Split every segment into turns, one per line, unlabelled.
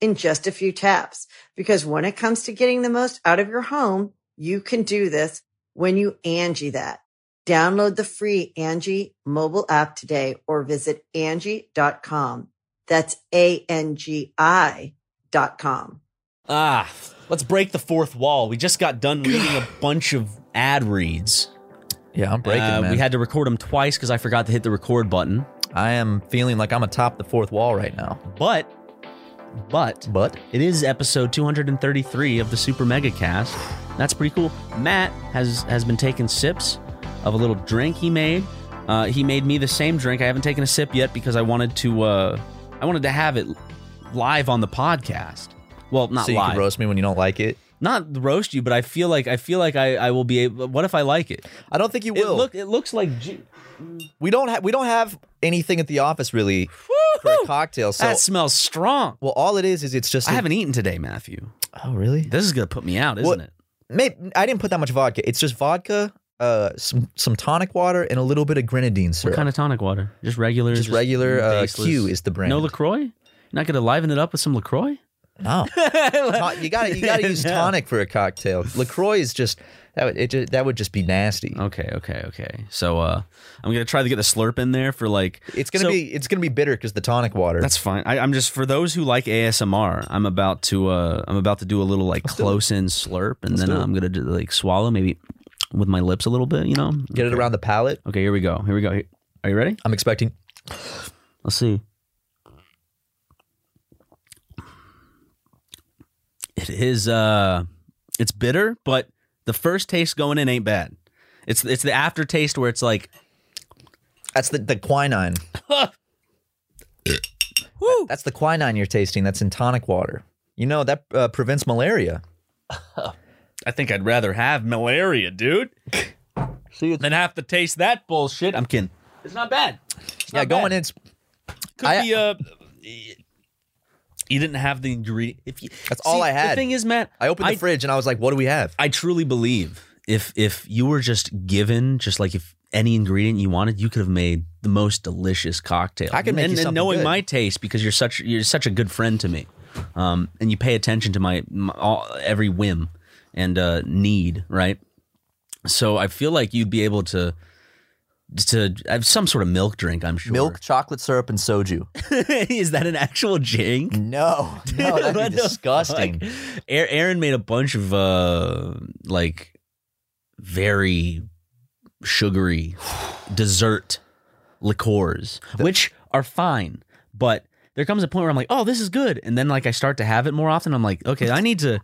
in just a few taps. Because when it comes to getting the most out of your home, you can do this when you Angie that. Download the free Angie mobile app today or visit Angie.com. That's A-N-G-I dot com.
Ah, let's break the fourth wall. We just got done reading a bunch of ad reads.
Yeah, I'm breaking,
Uh,
man.
we had to record them twice because I forgot to hit the record button.
I am feeling like I'm atop the fourth wall right now.
But, but,
But
it is episode 233 of the Super Mega Cast. That's pretty cool. Matt has has been taking sips of a little drink he made. Uh, he made me the same drink. I haven't taken a sip yet because I wanted to. Uh, I wanted to have it live on the podcast. Well, not
so you
live,
can roast me when you don't like it.
not roast you, but I feel like I feel like I, I will be. Able, what if I like it?
I don't think you
It
will.
look it looks like ju-
we don't have we don't have anything at the office really for a cocktail. So
that smells strong.
well, all it is is it's just.
I
a-
haven't eaten today, Matthew.
Oh really?
This is gonna put me out, isn't
What-
it?
Maybe, I didn't put that much vodka. It's just vodka, uh, some some tonic water, and a little bit of grenadine syrup.
What kind of tonic water? Just regular.
just, regular uh,
baseless?
Q is the brand.
No Lacroix. You're not gonna liven it up with some Lacroix.
No. Ton- you got to you got to use
No.
tonic for a cocktail. Lacroix is just that would it just, that would just be nasty.
Okay, okay, okay. So uh, I'm gonna try to get a slurp in there for like.
It's gonna
So-
be it's gonna be bitter because the tonic water.
That's fine. I, I'm just for those who like ASMR. I'm about to uh, I'm about to do a little like close in slurp, and then
do it.
I'm gonna do, like swallow maybe with my lips a little bit. You know,
get it around the palate.
Okay, here we go. Here we go. Here- Are you ready?
I'm expecting.
Let's see. It is uh it's bitter, but the first taste going in ain't bad. It's it's the aftertaste where it's like
That's the, the quinine.
whoo.
That's the quinine you're tasting. That's in tonic water. You know that uh, prevents malaria.
I think I'd rather have malaria, dude.
See,
Than have to taste that bullshit. I'm kidding. It's not bad. It's
yeah,
not
going
bad.
in. it's-
could
I-
be uh you didn't have the ingredient. If you,
That's all I
The
had.
thing is, Matt,
I opened the fridge and I was like, "What do we have?"
I truly believe if if you were just given just like if any ingredient you wanted, you could have made the most delicious cocktail.
I could make
and,
you
and
something
knowing
good.
my taste because you're such you're such a good friend to me, um, and you pay attention to my, my all, every whim and uh, need, right? So I feel like you'd be able to to have some sort of milk drink. I'm sure.
Milk, chocolate syrup, and soju.
is that an actual drink?
No, no,
Dude,
that'd
what
be
the
disgusting.
fuck? Aar- Aaron made a bunch of uh like very sugary dessert liqueurs, which are fine, but there comes a point where I'm like, oh, this is good, and then like I start to have it more often. I'm like, okay, I need to,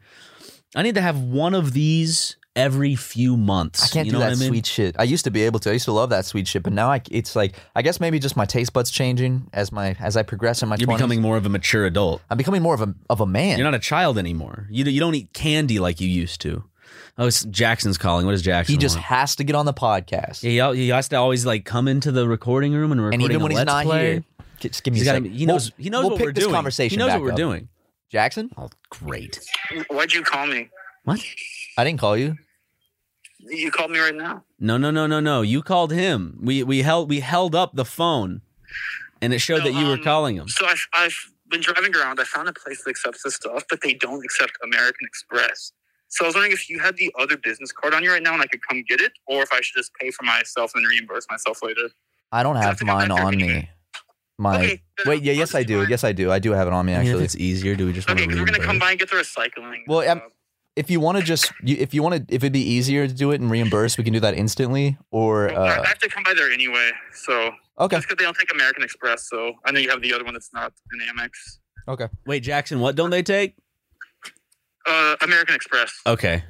I need to have one of these every few months.
I can't
you
do
know
that
what I mean?
sweet shit. I used to be able to. I used to love that sweet shit, but now I, it's like I guess maybe just my taste buds changing as my as I progress in my
You're
20s.
becoming more of a mature adult.
I'm becoming more of a of a man.
You're not a child anymore. You you don't eat candy like you used to. Oh, it's- Jackson's calling. What is Jackson?
he just
want?
has to get on the podcast,
Yeah, he, al- he has to always like come into the recording room and
and
recording
even
a
when he's
Let's
not
play.
here, just give me
He's
a
got.
second.
He knows.
We'll-
he knows
we'll
what
pick
we're
this
doing. he
Conversation
knows
back
what we're
up.
doing.
Jackson,
Oh, great.
Why'd you call me?
What?
I didn't call you.
You called me right now.
No, no, no, no, no. You called him. We we held we held up the phone, and it showed
No,
that you were
um,
calling him.
So I've, I've been driving around. I found a place that accepts this stuff, but they don't accept American Express. So I was wondering if you had the other business card on you right now and I could come get it, or if I should just pay for myself and reimburse myself later.
I don't have
Nothing on
mine
that
on
computer.
me. My
okay. then
wait, yeah,
I'll
yes,
just
I
do
do.
mine.
Yes, I do. I do have it on me
I mean, if
actually.
it's easier, do we just
Okay,
want to
because we're gonna come by and get the recycling.
Well, I'm-
uh,
if you want to just you, if you want to if it'd be easier to do it and reimburse, we can do that instantly. Or
Well, I I
uh,
have to come by there anyway, so
okay,
Just because they don't take American Express, so I know you have the other one that's not an Amex.
okay,
Wait, Jackson, what don't they take?
Uh, American Express.
Okay.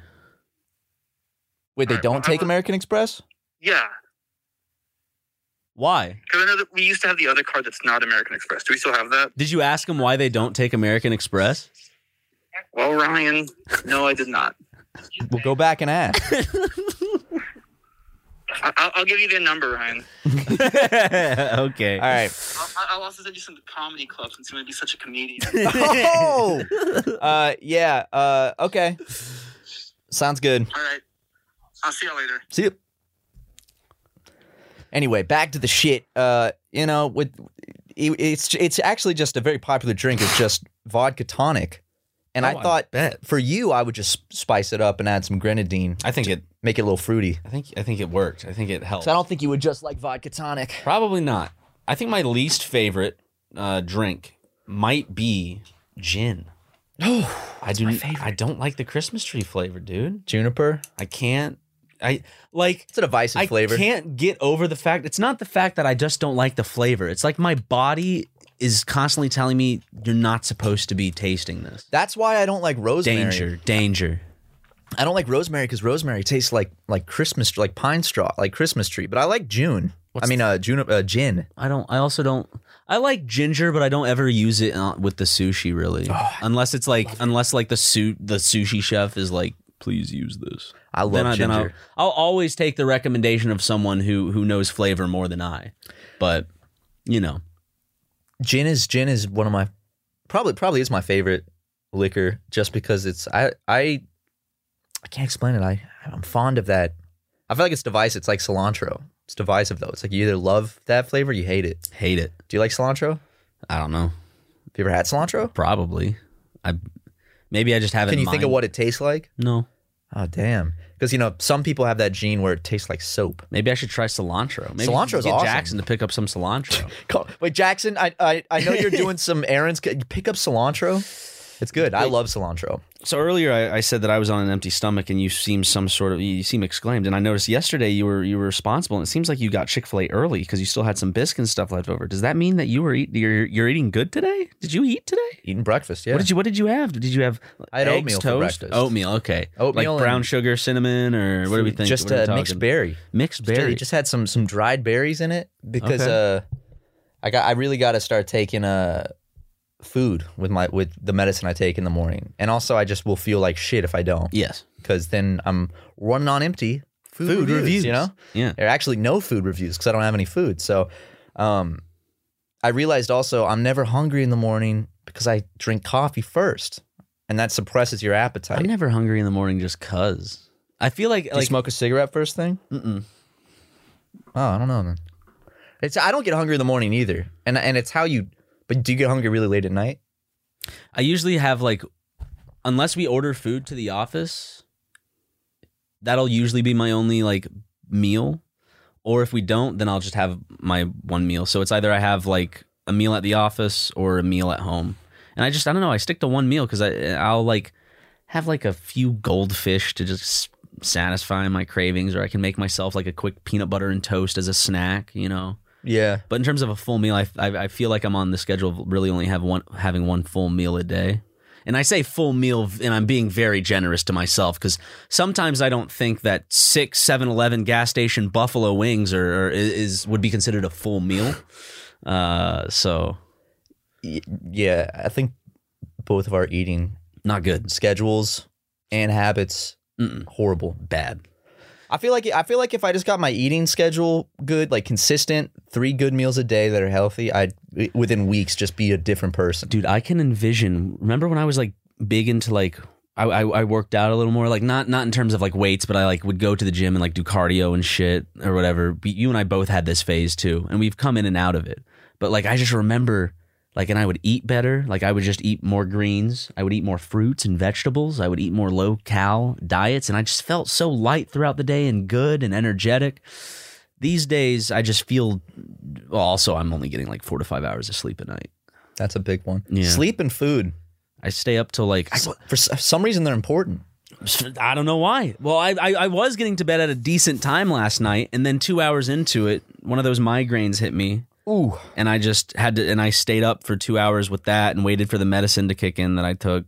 wait, they
Alright,
don't
well, I
take
would-
American Express.
Yeah,
Why?
because I know that we used to have the other card that's not American Express. Do we still have that?
Did you ask them why they don't take American Express?
Well, Ryan, no, I did not.
We'll go back and ask.
I- I'll-, I'll give you their number, Ryan.
okay.
All right.
I'll, I'll also send you some comedy clubs since you might be such a comedian.
Oh, uh, yeah. Uh, okay, sounds good.
All right, I'll see you later.
See you. Anyway, back to the shit. Uh, you know, with it, it's it's actually just a very popular drink. It's just vodka tonic, and
Oh,
I thought
bet.
for you, I would just spice it up and add some grenadine,
I think it.
make it a little fruity.
I think. I think it worked. I think it helped.
So I don't think you would just like vodka tonic.
Probably not. I think my least favorite uh, drink might be gin.
Oh,
I do. I don't like the Christmas tree flavor, dude.
juniper.
I can't. I like.
It's a divisive
I
flavor.
can't get over the fact. It's not the fact that I just don't like the flavor. It's like my body is constantly telling me you're not supposed to be tasting this.
That's why I don't like rosemary.
Danger, danger.
I don't like rosemary because rosemary tastes like like Christmas, like pine straw, like Christmas tree. But I like June. I mean, uh, June, uh, gin.
I don't. I also don't. I like ginger, but I don't ever use it uh, with the sushi really,
Oh,
unless it's like unless like the suit the sushi chef is like, please use this.
I love
then I,
ginger.
then I'll, I'll always take the recommendation of someone who who knows flavor more than I. But you know,
gin is gin is one of my probably probably is my favorite liquor just because it's I I I can't explain it. I I'm fond of that. I feel like it's divisive. It's like cilantro. It's divisive though. It's like you either love that flavor, or you hate it.
hate it.
Do you like cilantro? Have
I don't know.
you ever had cilantro?
Probably. I maybe I just haven't.
Can you think of
mind-
what it tastes like?
No.
Oh damn! Because you know some people have that gene where it tastes like soap.
Maybe I should try cilantro. Maybe we
Cilantro's
should get
awesome.
Jackson to pick up some cilantro.
Call- Wait, Jackson, I I, I know you're doing some errands. Can you Pick up cilantro. It's good. I love cilantro.
So earlier I, I said that I was on an empty stomach, and you seem some sort of you seem exclaimed. And I noticed yesterday you were you were responsible, and it seems like you got Chick Fil A early because you still had some biscuit and stuff left over. Does that mean that you were eat, you're you're eating good today? Did you eat today?
Eating breakfast, yeah.
What did you What did you have? Did you have
I had
eggs,
oatmeal for
toast?
breakfast.
Oatmeal, okay.
Oatmeal
like brown
and-
sugar, cinnamon, or what do we think?
Just
what are we
a mixed
talking?
berry.
Mixed
Just- uh,
berry.
It just had some some dried berries in it because uh, I got I really got to start taking uh food with my with the medicine I take in the morning, and also I just will feel like shit if I don't
yes.
because then I'm running on empty. Food, you know.
Yeah.
There are actually no food reviews because I don't have any food. So, um, I realized also I'm never hungry in the morning because I drink coffee first, and that suppresses your appetite.
I'm never hungry in the morning just cause. I feel like
Do you
like
smoke a cigarette first thing?
Mm-mm.
Oh, I don't know then. It's I don't get hungry in the morning either, and and it's how you. But do you get hungry really late at night?
I usually have like, unless we order food to the office, that'll usually be my only like meal. Or if we don't, then I'll just have my one meal. So it's either I have like a meal at the office or a meal at home. And I just I don't know. I stick to one meal because I I'll like have like a few goldfish to just satisfy my cravings, or I can make myself like a quick peanut butter and toast as a snack. You know.
Yeah,
But in terms of a full meal, I, I, I feel like I'm on the schedule of really only have one having one full meal a day. And I say full meal, and I'm being very generous to myself because sometimes I don't think that six, seven, eleven gas station buffalo wings are, are is would be considered a full meal. Uh, so
Y- yeah. I think both of our eating
not good,
schedules and habits
Mm-mm.
horrible.
bad.
I feel like I feel like if I just got my eating schedule good, like consistent, three good meals a day that are healthy, I'd within weeks just be a different person.
dude i can envision remember when i was like big into like I, I i worked out a little more like not not in terms of like weights but i like would go to the gym and like do cardio and shit or whatever but you and i both had this phase too and we've come in and out of it but like i just remember like and i would eat better like i would just eat more greens i would eat more fruits and vegetables i would eat more low cal diets and i just felt so light throughout the day and good and energetic these days i just feel well, also i'm only getting like four to five hours of sleep a night
That's a big one.
Yeah.
Sleep and food.
I stay up till like
For s- some reason, they're important.
I don't know why. Well, I, I I was getting to bed at a decent time last night, and then two hours into it, one of those migraines hit me,
Ooh.
and I just had to, and I stayed up for two hours with that, and waited for the medicine to kick in that I took.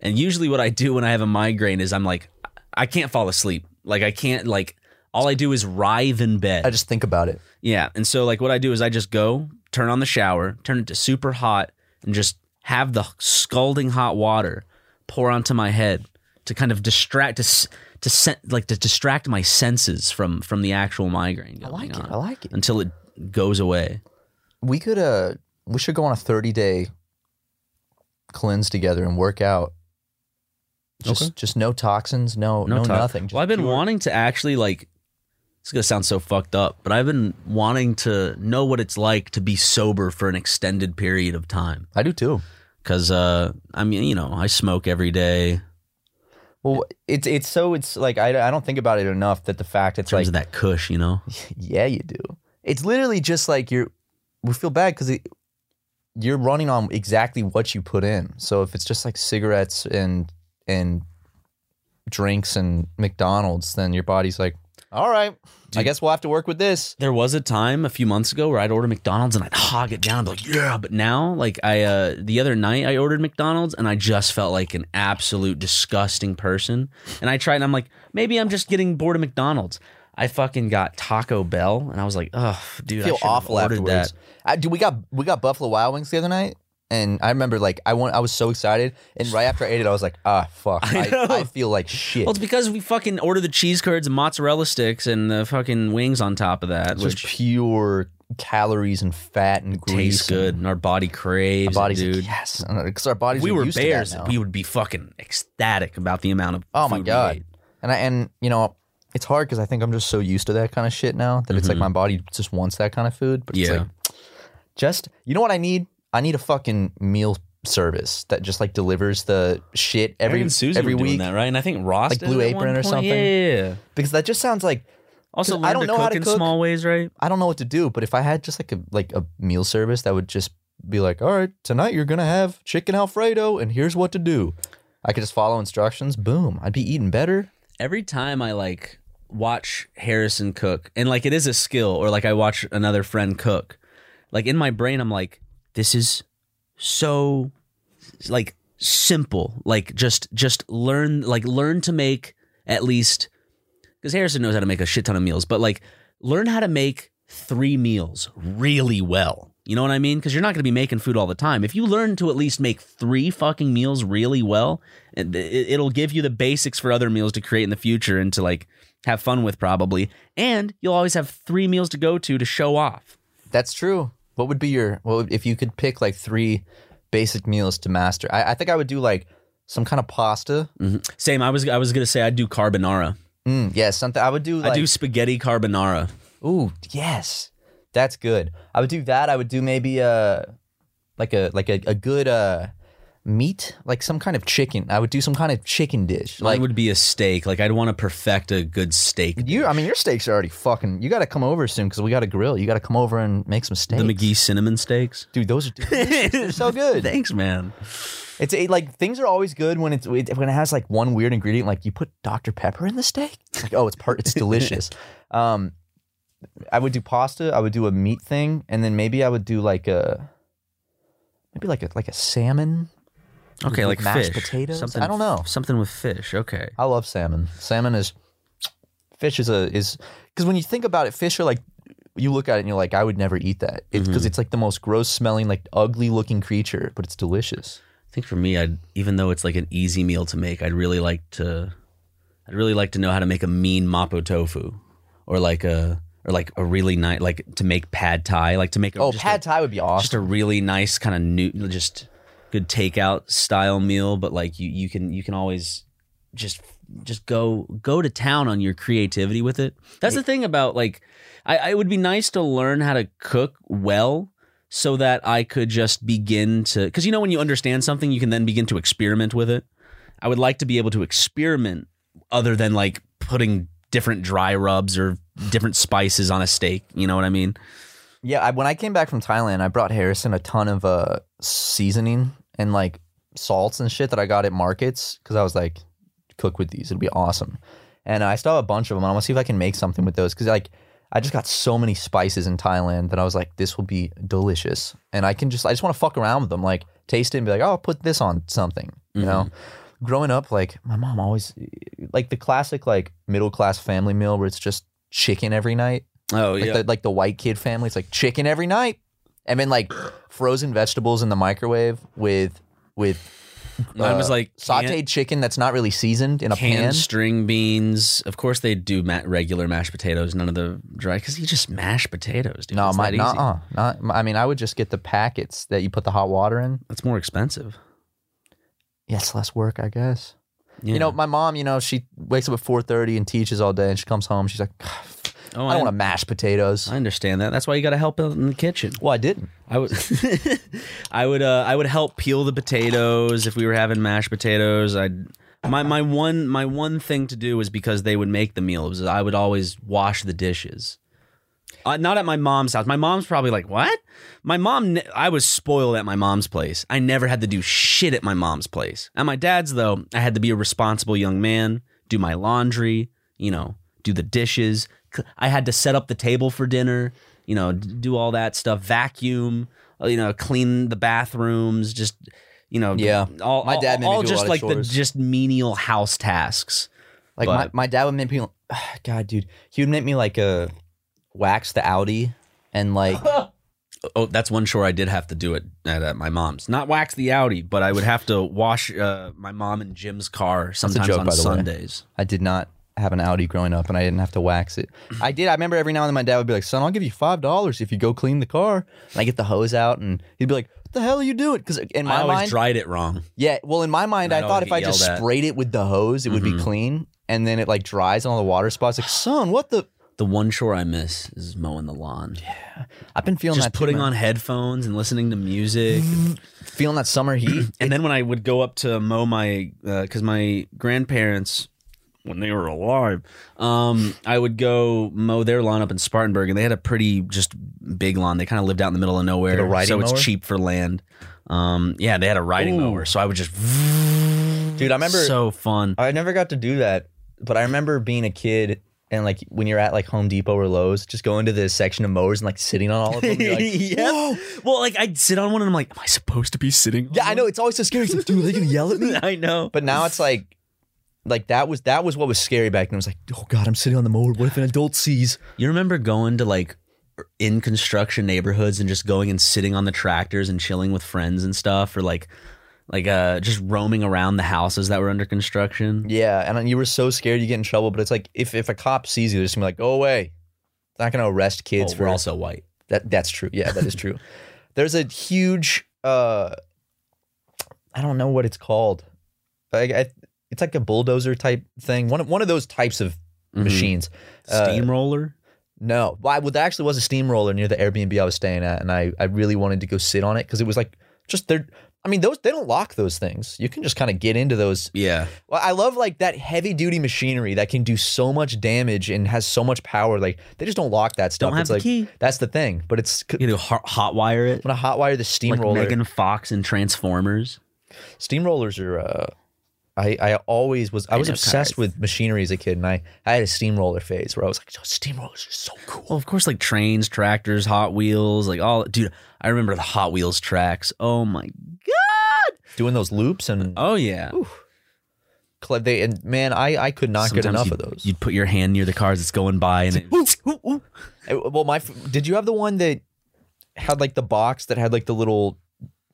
And usually, what I do when I have a migraine is I'm like, I can't fall asleep. Like I can't like. All I do is writhe in bed.
I just think about it.
Yeah. And so like what I do is I just go, turn on the shower, turn it to super hot and just have the scalding hot water pour onto my head to kind of distract to s- to sen- like to distract my senses from from the actual migraine.
I
going
like it.
on
I like it.
Until it goes away.
We could uh we should go on a 30 day cleanse together and work out. Just
Okay.
just no toxins, no no,
talk.
nothing. Just
Well, I've been
pure-
wanting to actually like it's gonna sound so fucked up, but I've been wanting to know what it's like to be sober for an extended period of time.
I do too.
Cause uh, I mean, you know, I smoke every day.
Well, it's it's so it's like I, I don't think about it enough that the fact
In
it's
terms
like
of that cush, you know.
yeah you do. It's literally just like you're we feel bad because you're running on exactly what you put in. So if it's just like cigarettes and and drinks and McDonald's, then your body's like, all right, I
Dude.
guess we'll have to work with this.
There was a time a few months ago where I'd order McDonald's and I'd hog it down and be like, yeah. But now, like I uh the other night I ordered McDonald's and I just felt like an absolute disgusting person. And I tried and I'm like, maybe I'm just getting bored of McDonald's. I fucking got Taco Bell and I was like, oh dude,
I
I
feel
shouldn't have
awful
ordered
afterwards.
that.
I, dude, we got we got Buffalo Wild Wings the other night, and I remember like I went, I was so excited, and right after I ate it, I was like, ah, fuck,
I
I,
know.
I, feel like shit.
Well, it's because we fucking ordered the cheese curds and mozzarella sticks and the fucking wings on top of that,
It's
which
just pure calories and fat and grease.
tastes good and our body
Our
craves. it,
bodies,
dude.
like, yes, because our bodies.
if we
are
were
used
bears,
To that now.
we would be fucking ecstatic about the amount of
Oh my
food we
God.
ate.
and I and you know it's hard because I think I'm just so used to that kind of shit now that it's like
Mhm.
my body just wants that kind of food. But it's
Yeah.
like just you know what I need? I need a fucking meal service that just like delivers the shit
Eric
every
and Susie
every
were doing
week
that, right? And I think Ross
Like
did it
Blue
at one
Apron or
point.
something.
Yeah.
because that just sounds like
Also,
'Cause
learn I don't to know cook how to in
cook.
small ways, right?
I don't know what to do. But if I had just like a like a meal service that would just be like, all right, tonight you're gonna have chicken alfredo, and here's what to do. I could just follow instructions. Boom, I'd be eating better.
Every time I like watch Harrison cook, and like it is a skill, or like I watch another friend cook, like in my brain, I'm like, this is so like simple. Like just just learn like learn to make at least because Harrison knows how to make a shit ton of meals, but like learn how to make three meals really well. You know what I mean? Because you're not going to be making food all the time. If you learn to at least make three fucking meals really well, and it- it'll give you the basics for other meals to create in the future and to like have fun with probably. And you'll always have three meals to go to to show off.
That's true. What would be your what would, if you could pick like three basic meals to master? I, I think I would do like some kind of pasta.
Same. I was I was gonna say I'd do carbonara.
Mm, yes, something I would do. Like,
I do spaghetti carbonara.
Ooh, yes, that's good. I would do that. I would do maybe a like a like a, a good uh meat, like some kind of chicken. I would do some kind of chicken dish.
Mine
Like
would be a steak. Like I'd want to perfect a good steak.
you, I mean, your steaks are already fucking. You got to come over soon because we got to grill. You got to come over and make some steaks.
The McGee cinnamon steaks.
dude, those are they're so good.
Thanks, man.
It's it, like things are always good when it's it, when it has like one weird ingredient, like you put Dr Pepper in the steak. It's like oh, it's part, it's delicious. um, I would do pasta. I would do a meat thing, and then maybe I would do like a maybe like a like a salmon.
Okay,
Like
like,
mashed
fish.
potatoes? I don't know.
Something with fish. Okay.
I love salmon. Salmon is fish is a is because when you think about it, fish are like you look at it and you're like I would never eat that. It's
Mm-hmm.
because it's like the most gross smelling, like ugly looking creature, but it's delicious.
I think for me, I'd even though it's like an easy meal to make, I'd really like to, I'd really like to know how to make a mean mapo tofu, or like a or like a really nice like to make pad thai, like to make a,
Oh,
just
pad thai would be
a,
awesome.
just a really nice kind of new just good takeout style meal, but like you you can you can always just just go go to town on your creativity with it. That's the thing about like I, I it would be nice to learn how to cook well so that I could just begin to cuz you know when you understand something you can then begin to experiment with it. I would like to be able to experiment other than like putting different dry rubs or different spices on a steak, you know what I mean?
Yeah, I, when I came back from Thailand, I brought Harrison a ton of uh, seasoning and like salts and shit that I got at markets because I was like, cook with these. It'd be awesome. And I still have a bunch of them. I want to see if I can make something with those because like I just got so many spices in Thailand that I was like, this will be delicious. And I can just I just want to fuck around with them, like taste it and be like, oh, I'll put this on something. You know, growing up, like my mom always like the classic like middle class family meal where it's just chicken every night.
Oh
Like, the, like the white kid family, it's like chicken every night, and then like frozen vegetables in the microwave with with
Mine was
uh,
like
sautéed
canned-
chicken that's not really seasoned in a
canned
pan.
string beans. Of course, they do ma- regular mashed potatoes, none of the dry, because you just mash potatoes, dude.
No,
It's
my
that
not,
easy.
uh, not. I mean, I would just get the packets that you put the hot water in.
That's more expensive.
Yes, less work, I guess.
Yeah.
You know, my mom. You know, she wakes up at four thirty and teaches all day, and she comes home. She's like,
oh,
I don't want to mash potatoes.
I understand that. That's why you got to help out in the kitchen.
well, I didn't.
I would, I would, uh, I would help peel the potatoes if we were having mashed potatoes. I'd my my one my one thing to do was because they would make the meals. I would always wash the dishes. Uh, not at my mom's house. My mom's probably like, "What?" My mom. ne- I was spoiled at my mom's place. I never had to do shit at my mom's place. At my dad's, though, I had to be a responsible young man, do my laundry, you know, do the dishes. C- I had to set up the table for dinner, you know, d- do all that stuff, vacuum, uh, you know, clean the bathrooms, just, you know,
Yeah.
all,
My
all-
dad made me
all
do a
just
lot of
like
chores.
the just menial house tasks.
Like
But-
my, my dad would make me. God, dude, he would make me like uh, wax the Audi and like
Oh, that's one chore I did have to do it at, at my mom's. Not wax the Audi, but I would have to wash uh, my mom and Jim's car sometimes
joke,
on
by the way.
Sundays.
I did not have an Audi growing up, and I didn't have to wax it. I did. I remember every now and then my dad would be like, "Son, I'll give you five dollars if you go clean the car." And I get the hose out, and he'd be like, "What the hell are you doing?" Because in
I
my
always
mind,
dried it wrong.
yeah. Well, in my mind,
I'd
I
always
thought if
get
I just
yelled at.
sprayed it with the hose, it would be
Mhm.
clean, and then it like dries on all the water spots. Like, son, what the?
The one chore I miss is mowing the lawn.
I've been feeling
Just
that too,
putting
man.
on headphones and listening to music.
feeling that summer heat.
and then when I would go up to mow my, because my grandparents, when they were alive, um, I would go mow their lawn up in Spartanburg, and they had a pretty just big lawn. They kind of lived out in the middle of nowhere,
Like a riding
so
mower?
it's cheap for land. Um, yeah, they had a riding
Ooh.
mower, so I would just.
Dude, I remember-
so fun.
I never got to do that, but I remember being a kid and like when you're at like Home Depot or Lowe's, just going to the section of mowers and like sitting on all of them. and you're like,
Yeah. Well, like I'd sit on one, and I'm like, am I supposed to be sitting?
yeah,
on
I know it's always so scary. It's like, dude, are they gonna yell at me?
one?" I know.
But now it's like, like that was that was what was scary back then. It was like, oh god, I'm sitting on the mower. What if an adult sees?
You remember going to like in construction neighborhoods and just going and sitting on the tractors and chilling with friends and stuff, or like like uh just roaming around the houses that were under construction.
Yeah, and then you were so scared you get in trouble. But it's like if if a cop sees you, they're just gonna be like, go away. They're not gonna arrest kids
Oh,
for
we're also white.
That that's true. Yeah, that is true. There's a huge uh I don't know what it's called. I, I, it's like a bulldozer type thing. One of one of those types of
Mhm.
machines. Mm-hmm. Uh,
Steamroller.
No. Well, I, well, there actually was a steamroller near the Airbnb I was staying at, and I, I really wanted to go sit on it because it was like just they're I mean, those they don't lock those things. You can just kind of get into those.
yeah.
Well, I love like that heavy duty machinery that can do so much damage and has so much power. Like they just don't lock that stuff.
Don't have
it's
the
like
key.
that's the thing. But it's
You know, hot, hot wire it.
when I hotwire the
Like
steamroller.
Megan Fox and Transformers.
steamrollers are. Uh, I I always was I was
know,
obsessed
guys.
with machinery as a kid, and I I had a steamroller phase where I was like, "Oh, steamrollers are so cool.
Well, of course, like trains, tractors, Hot Wheels, like all. Dude, I remember the Hot Wheels tracks. Oh my god.
Doing those loops and
Oh yeah.
cle- they and man, I I could not get enough
you'd,
of those.
You'd put your hand near the cars that's going by, and it,
I- well, my f- did you have the one that had like the box that had like the little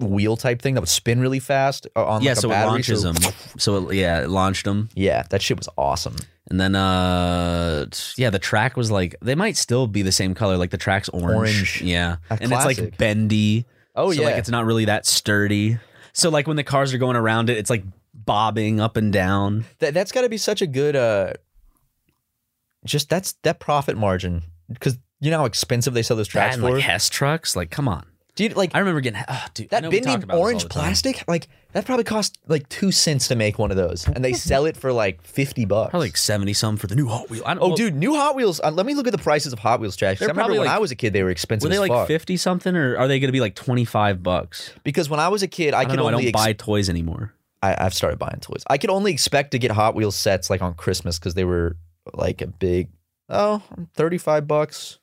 wheel type thing that would spin really fast uh, on
yeah,
like
so
a
it
battery?
launches
so-
them. So it, yeah, it launched them,
Yeah, that shit was awesome.
and then uh, t- yeah, the track was like they might still be the same color. Like the track's orange,
Orange.
yeah,
A
and it's
classic.
like bendy.
Oh
so
yeah,
like it's not really that sturdy. So like when the cars are going around it, it's like bobbing up and down.
that that's got to be such a good uh just that's that profit margin because you know how expensive they sell those tracks
and
for
like Hess trucks, like come on.
dude like
I remember getting oh, dude, I
that
know we
bendy
talked about this all
orange
the time.
plastic like that probably cost like two cents to make one of those and they sell it for like 50 bucks
probably like seventy some for the new Hot Wheel. I don't,
oh
well,
dude new hot wheels uh, let me look at the prices of hot wheels tracks
They're
'cause i remember
probably,
when
like-
i was a kid they were expensive
were they
as
like
fuck.
fifty something, or are they going to be like twenty five bucks?
because when i was a kid i,
I, don't
could
know. I
only
don't
ex-
buy toys anymore.
I, I've started buying toys. I could only expect to get Hot Wheels sets like on Christmas because they were like a big oh 35 bucks.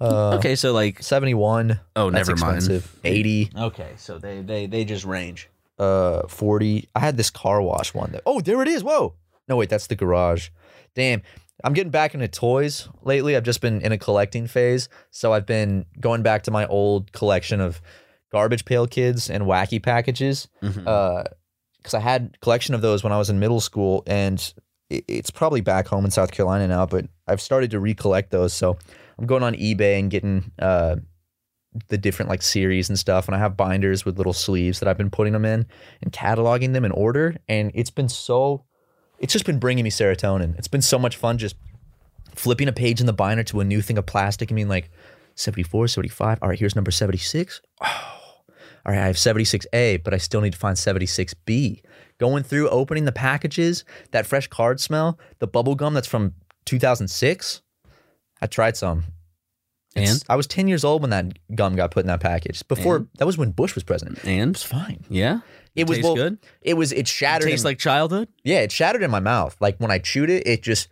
Uh,
okay, so like
71.
oh,
That's
never mind.
expensive. 80,
Okay, so they they they just range.
uh, 40. I had this car wash one that, oh, there it is. Whoa. No, wait, that's the garage. Damn. I'm getting back into toys lately. I've just been in a collecting phase. So I've been going back to my old collection of garbage pail kids and wacky packages.
Mhm.
because Uh, I had a collection of those when I was in middle school, and it, it's probably back home in South Carolina now. But I've started to recollect those, so I'm going on eBay and getting uh, the different like series and stuff. And I have binders with little sleeves that I've been putting them in and cataloging them in order. And it's been so, it's just been bringing me serotonin. It's been so much fun just flipping a page in the binder to a new thing of plastic. I mean, like 74, 75. All right, here's number 76. All right, I have 76A, but I still need to find 76B. Going through, opening the packages, that fresh card smell, the bubble gum that's from 2006. I tried some.
and
I was 10 years old when that gum got put in that package. Before
And?
that was when Bush was president. It
and
was fine.
yeah,
It, was
tastes
well,
good.
It was it
It
shattered.
tastes
in-
like childhood.
yeah, it shattered in my mouth. Like when I chewed it, it just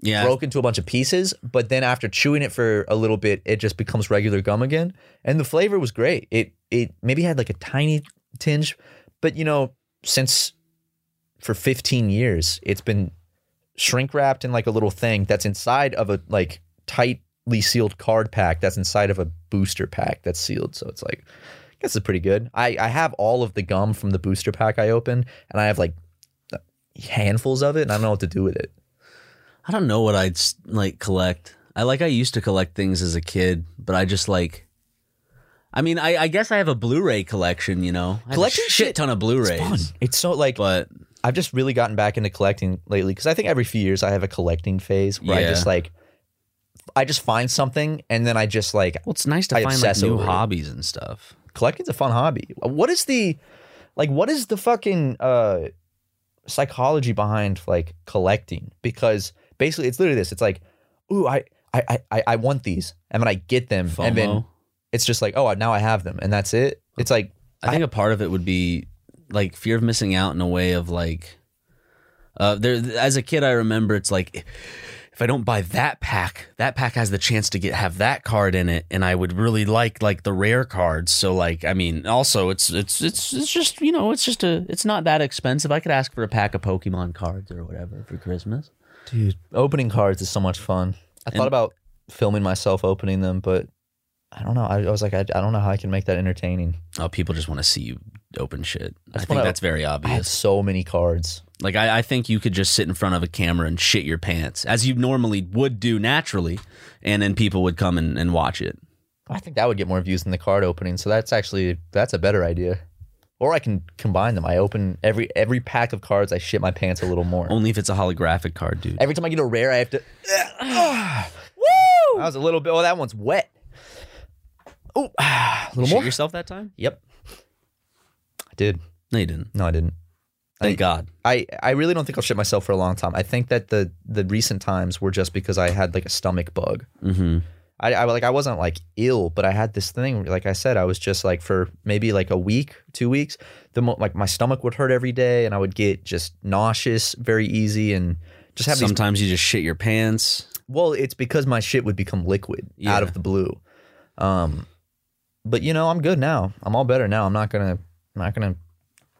Yeah,
broke into a bunch of pieces. But then after chewing it for a little bit, it just becomes regular gum again. And the flavor was great. It it maybe had like a tiny tinge, but you know, since for 15 years, it's been shrink wrapped in like a little thing that's inside of a like tightly sealed card pack that's inside of a booster pack that's sealed. So it's like I guess it's pretty good. I, I have all of the gum from the booster pack I opened, and I have like handfuls of it, and I don't know what to do with it.
I don't know what I'd s- like collect. I like I used to collect things as a kid, but I just like. I mean, I, I guess I have a Blu-ray collection. You know, I have a
Collecting
shit
shit
ton of
Fun.
Blu-rays,
It's so like
but
I've just really gotten back into collecting lately because I think every few years I have a collecting phase where
Yeah.
I just like I just find something and then I just like
well, it's nice to
I
find like
obsess
new
over it.
hobbies and stuff.
collecting's a fun hobby. What is the like what is the fucking uh psychology behind like collecting? Because basically it's literally this. It's like, ooh, I I I- I, I want these and then I get them
FOMO.
and then it's just like, oh now I have them and that's it. It's like
I think a part of it would be like fear of missing out in a way of like uh there as a kid I remember it's like if I don't buy that pack, that pack has the chance to get have that card in it and I would really like like the rare cards. So like I mean also it's it's it's it's just you know it's just a it's not that expensive. I could ask for a pack of Pokemon cards or whatever for Christmas.
Dude, opening cards is so much fun. I
And-
thought about filming myself opening them, but I don't know. I, I was like, I, I don't know how I can make that entertaining.
Oh, people just want to see you open shit. I,
That's
think
what I-
that's very
I had
obvious.
so many cards.
Like I, I think you could just sit in front of a camera and shit your pants as you normally would do naturally, and then people would come and, and watch it.
I think that would get more views than the card opening. So that's actually that's a better idea. Or I can combine them. I open every every pack of cards. I shit my pants a little more.
Only if it's a holographic card, dude.
Every time I get a rare, I have to. Woo! That was a little bit. Oh, that one's wet. Oh, a little
shit
more.
yourself that time?
Yep. I did.
No, you didn't.
No, I didn't.
Thank God.
I, I really don't think I'll shit myself for a long time. I think that the the recent times were just because I had like a stomach bug.
Mm-hmm.
I, I like I wasn't like ill, but I had this thing. Like I said, I was just like for maybe like a week, two weeks. The mo- like my stomach would hurt every day, and I would get just nauseous very easy, and just have these.
Sometimes you just shit your pants.
Well, it's because my shit would become liquid
Yeah.
out of the blue. Um, but you know, I'm good now. I'm all better now. I'm not gonna, I'm not gonna.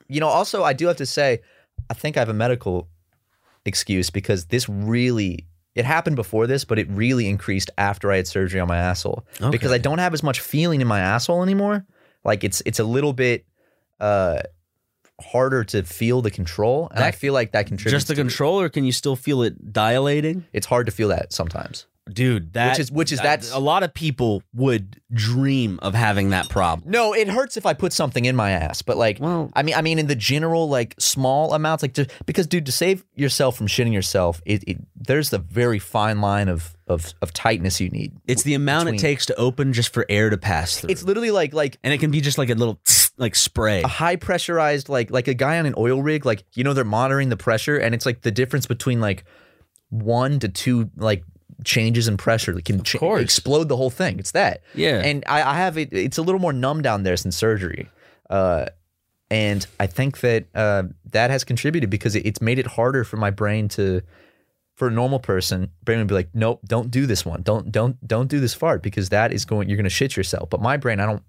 You know, also I do have to say, I think I have a medical excuse because this really it happened before this, but it really increased after I had surgery on my asshole
Okay.
because I don't have as much feeling in my asshole anymore. Like it's it's a little bit uh harder to feel the control, and I
That-
feel like that contributes.
just the
to it.
controller. Can you still feel it dilating,
It's hard to feel that sometimes.
dude? That
is- which is-
that-
that's-
a lot of people would dream of having that problem.
No, it hurts if I put something in my ass, but like
Well,
I mean, I mean, in the general, like small amounts, like to, because, dude, to save yourself from shitting yourself, it, it there's a very fine line of of of tightness you need.
it's the amount it
Between-
takes to open just for air to pass through.
It's literally like like
and it can be just like a little like spray.
a high pressurized, like like a guy on an oil rig, like you know they're monitoring the pressure, and it's like the difference between like one to two like changes in pressure that can cha-
course.
explode the whole thing. It's that.
Yeah.
and I, I have it. It's a little more numb down there since surgery. Uh, And I think that uh, that has contributed because it, it's made it harder for my brain to, for a normal person, brain would be like, nope, don't do this one, don't don't don't do this fart because that is going, you're going to shit yourself. But my brain, I don't.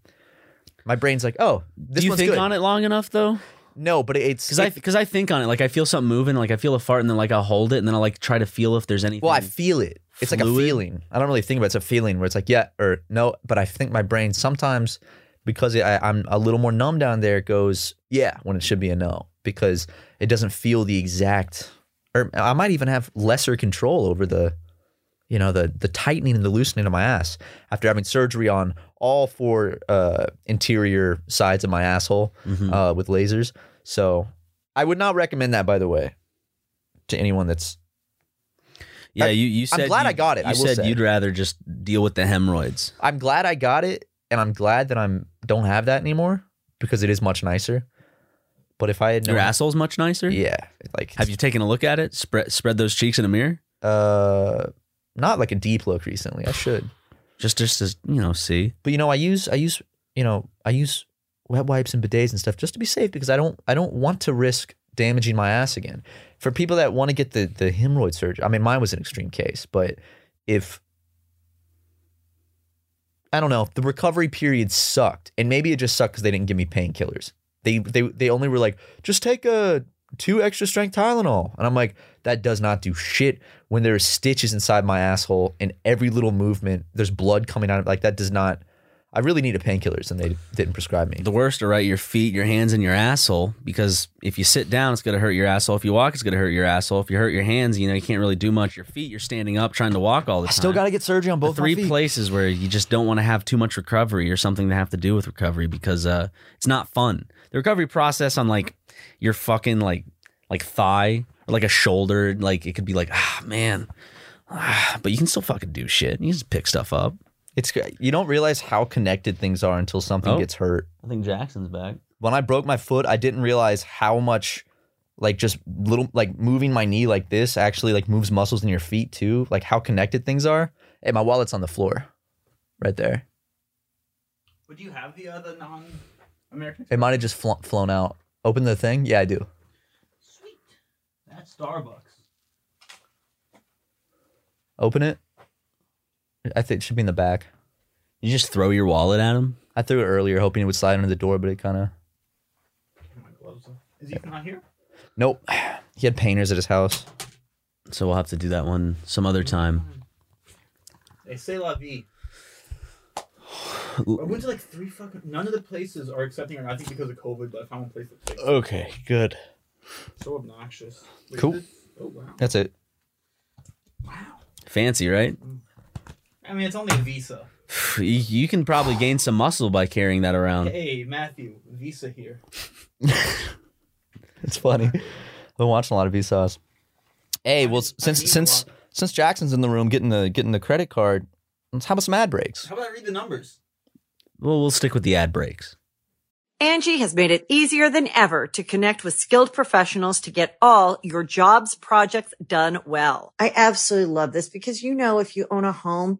My brain's like, oh, this
Do you
one's
think
good.
on it long enough though?
No, but it's
Because I because I think on it. Like I feel something moving. Like I feel a fart, and then like I'll hold it, and then I'll like try to feel if there's anything.
Well, I feel it. It's like a
Fluid?
feeling. I don't really think about it. It's a feeling where it's like, yeah or no. But I think my brain sometimes, because I, I'm a little more numb down there, it goes, yeah, when it should be a no, because it doesn't feel the exact, or I might even have lesser control over the, you know, the the tightening and the loosening of my ass after having surgery on all four uh, interior sides of my asshole
Mhm.
uh, with lasers. So I would not recommend that, by the way, to anyone that's
yeah,
I-
you you said.
I'm glad
you-
I got it.
You
I will
said
say.
you'd rather just deal with the hemorrhoids.
I'm glad I got it, and I'm glad that I'm don't have that anymore because it is much nicer. But if I had
Your
known-
asshole's much nicer.
yeah, like
Have you taken a look at it? Spread spread those cheeks in a mirror.
uh, not like a deep look recently. I should,
Just just to you know see.
but you know, I use I use you know I use wet wipes and bidets and stuff just to be safe because I don't I don't want to risk damaging my ass again. For people that want to get the the hemorrhoid surgery, I mean, mine was an extreme case, but if I don't know, the recovery period sucked, and maybe it just sucked because they didn't give me painkillers. They they they only were like, just take a two extra strength Tylenol, and I'm like, that does not do shit. When there are stitches inside my asshole, and every little movement, there's blood coming out of like that does not. I really need a painkillers, and they didn't prescribe me.
The worst are right your feet, your hands, and your asshole. Because if you sit down, it's gonna hurt your asshole. If you walk, it's gonna hurt your asshole. If you hurt your hands, you know you can't really do much. Your feet, you're standing up trying to walk all the
I
time.
still got to get surgery on
The
both my
three
feet.
places where you just don't want to have too much recovery or something to have to do with recovery because uh, it's not fun. The recovery process on like your fucking like like thigh or like a shoulder, like it could be like ah man, ah, but you can still fucking do shit. You can just pick stuff up.
It's you don't realize how connected things are until something
Oh.
gets hurt.
I think Jackson's back.
when I broke my foot, I didn't realize how much like just little like moving my knee like this actually like moves muscles in your feet too, like how connected things are. And my wallet's on the floor right there.
Would you have the other non-American?
It might have just fl- flown out. Open the thing? Yeah, I do.
Sweet. That's Starbucks.
Open it. I think it should be in the back.
You just throw your wallet at him.
I threw it earlier hoping it would slide under the door, but it kind of
My gloves. off. Is Ethan not here?
Nope. He had painters at his house.
So we'll have to do that one some other time.
They say la vie. I went to like three fucking. None of the places are accepting her. I think because of COVID, but I found one place that's like,
Okay, good.
so obnoxious. Wait,
Cool.
is it- Oh wow.
That's it.
Wow.
Fancy, right?
I mean, it's only a Visa.
You, you can probably gain some muscle by carrying that around.
Hey, Matthew, Visa here.
It's funny. I've been watching a lot of Vsauce. Hey, well,
I need
since
a
since
lot.
since Jackson's in the room getting the getting the credit card, let's have us some ad breaks.
How about I read the numbers?
Well, we'll stick with the ad breaks.
Angie has made it easier than ever to connect with skilled professionals to get all your jobs projects done well. I absolutely love this because, you know, if you own a home,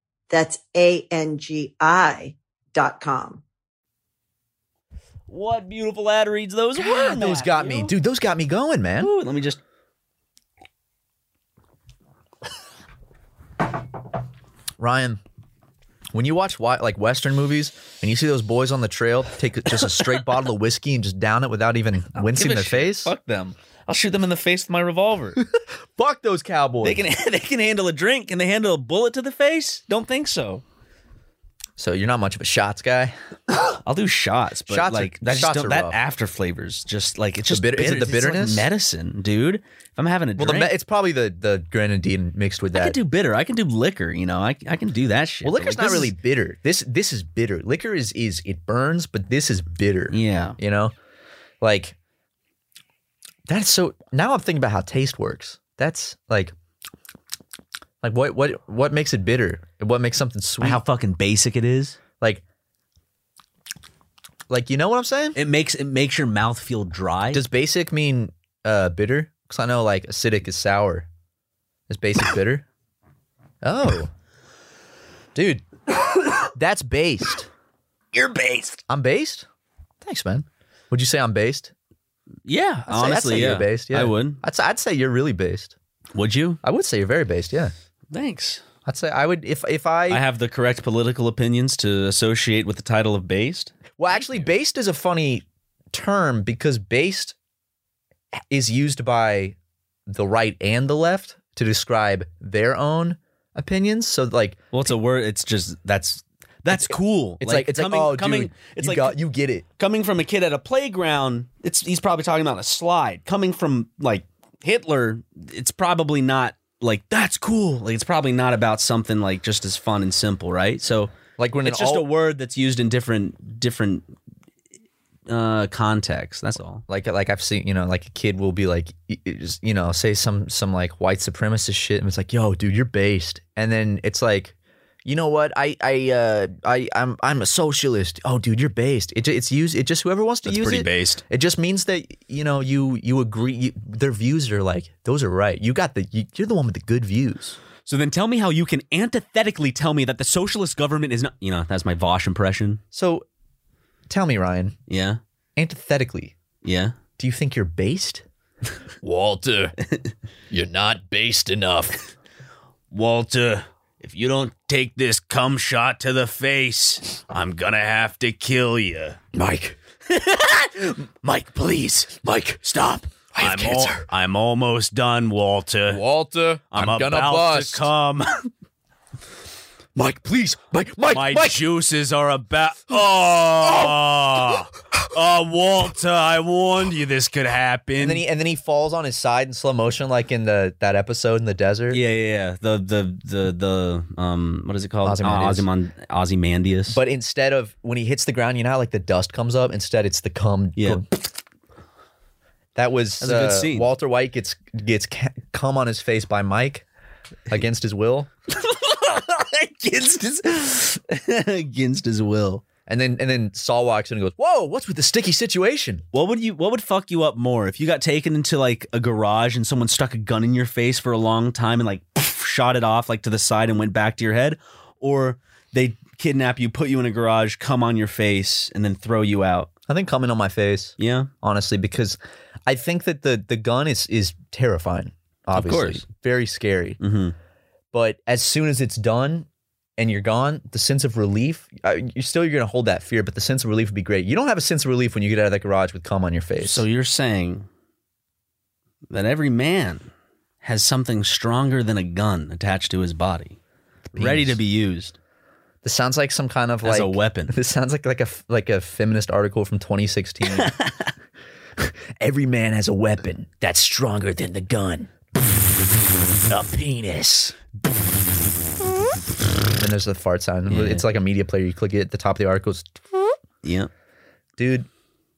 That's A-N-G-I dot com.
What beautiful ad reads those were.
those got me, dude. Those got me going, man.
Ooh, let me just.
Ryan, when you watch wi- like Western movies and you see those boys on the trail take just a straight bottle of whiskey and just down it without even wincing
Give a
their
shit.
face.
Fuck them. I'll shoot them in the face with my revolver.
Fuck those cowboys.
they can they can handle a drink. Can they handle a bullet to the face? Don't think so.
so you're not much of a shots guy.
I'll do shots, but
Shots are-
like that, just
shots
don't-
are
that
rough.
after flavors just like it's
The
just
bitter- is it the
bitter- it's like
bitterness?
medicine, dude. If I'm having a
Well, the,
drink,
me- it's probably the the grenadine mixed with
I
that.
can do bitter. I can do liquor. You know, I I can do that shit.
well,
but,
liquor's
like,
not
this
really
is-
bitter. This this is bitter. Liquor is is it burns, but this is bitter.
yeah.
You know, like that's so. Now I'm thinking about how taste works. That's like, like what what what makes it bitter? And What makes something sweet?
How fucking basic it is.
like, like you know what I'm saying?
It makes it makes your mouth feel dry.
Does basic mean uh bitter? Because I know like acidic is sour. Is basic bitter? Oh, dude, that's based.
you're based.
I'm based. Thanks, man. Would you say I'm based?
Yeah,
I'd say- I'd
honestly,
say
yeah.
you're based, yeah.
I would.
I'd say, I'd say you're really based.
Would you?
I would say you're very based. Yeah,
Thanks.
I'd say I would if if I,
I have the correct political opinions to associate with the title of based.
well actually based is a funny term because based is used by the right and the left to describe their own opinions. So like
Well, it's a word. It's just that's that's cool.
it's like, it's like oh
coming.
dude,
it's
you
like
got, you get it.
coming from a kid at a playground. It's he's probably talking about a slide. Coming from like Hitler, it's probably not like that's cool. Like it's probably not about something like just as fun and simple, right? So
Like when
it's
an
just a
alt,
word that's used in different different uh contexts. That's all.
like like I've seen you know like a kid will be like y- y- just, you know say some some like white supremacist shit and it's like yo dude you're based and then it's like you know what I I uh I I'm I'm a socialist oh dude you're based it, ju- it's used it just whoever wants to use it
based.
it just means that you know you you agree you, their views are like those are right you got the you, you're the one with the good views
So then tell me how you can antithetically tell me that the socialist government is not you know, that's my Vosh impression.
so tell me Ryan
Yeah.
antithetically
Yeah.
do you think you're based
Walter, you're not based enough.
Walter, if you don't take this cum shot to the face, I'm gonna have to kill you.
Mike,
Mike, please.
Mike,
Stop.
I have
am
cancer.
I'm almost done, Walter.
Walter, I'm, gonna bust.
come.
Mike, please, Mike, Mike, Mike.
juices are about. Oh, oh, Walter! I warned you this could happen.
and then he and then he falls on his side in slow motion like in the that episode in the desert
yeah, yeah, yeah. The the the the um, what is it called?
Ozymandias.
Ozyman- Ozymandias.
But instead of when he hits the ground, you know how like the dust comes up. Instead, it's the cum.
Yeah.
cum- That was
That's a good
uh,
scene.
Walter White gets gets ca- cum on his face by Mike against his will,
against his against his will.
and then and then Saul walks in and goes, "Whoa, what's with the sticky situation?"
What would you? What would fuck you up more if you got taken into like a garage and someone stuck a gun in your face for a long time and like shot it off like to the side and went back to your head, or they kidnap you, put you in a garage, come on your face, and then throw you out?
I think coming on my face,
Yeah,
honestly, because I think that the the gun is is terrifying. Obviously,
course.
very scary.
mm-hmm.
But as soon as it's done and you're gone, the sense of relief, uh, you're still you're gonna hold that fear, but the sense of relief would be great. You don't have a sense of relief when you get out of that garage with cum on your face.
So you're saying that every man has something stronger than a gun attached to his body, ready to be used
this sounds like some kind of
as
like
a weapon.
This sounds like like a f- like a feminist article from 2016. Every man has a weapon that's stronger than the gun. a penis. and there's the fart sound.
Yeah.
It's like a media player. You click it at the top of the article. It's
Yeah.
dude,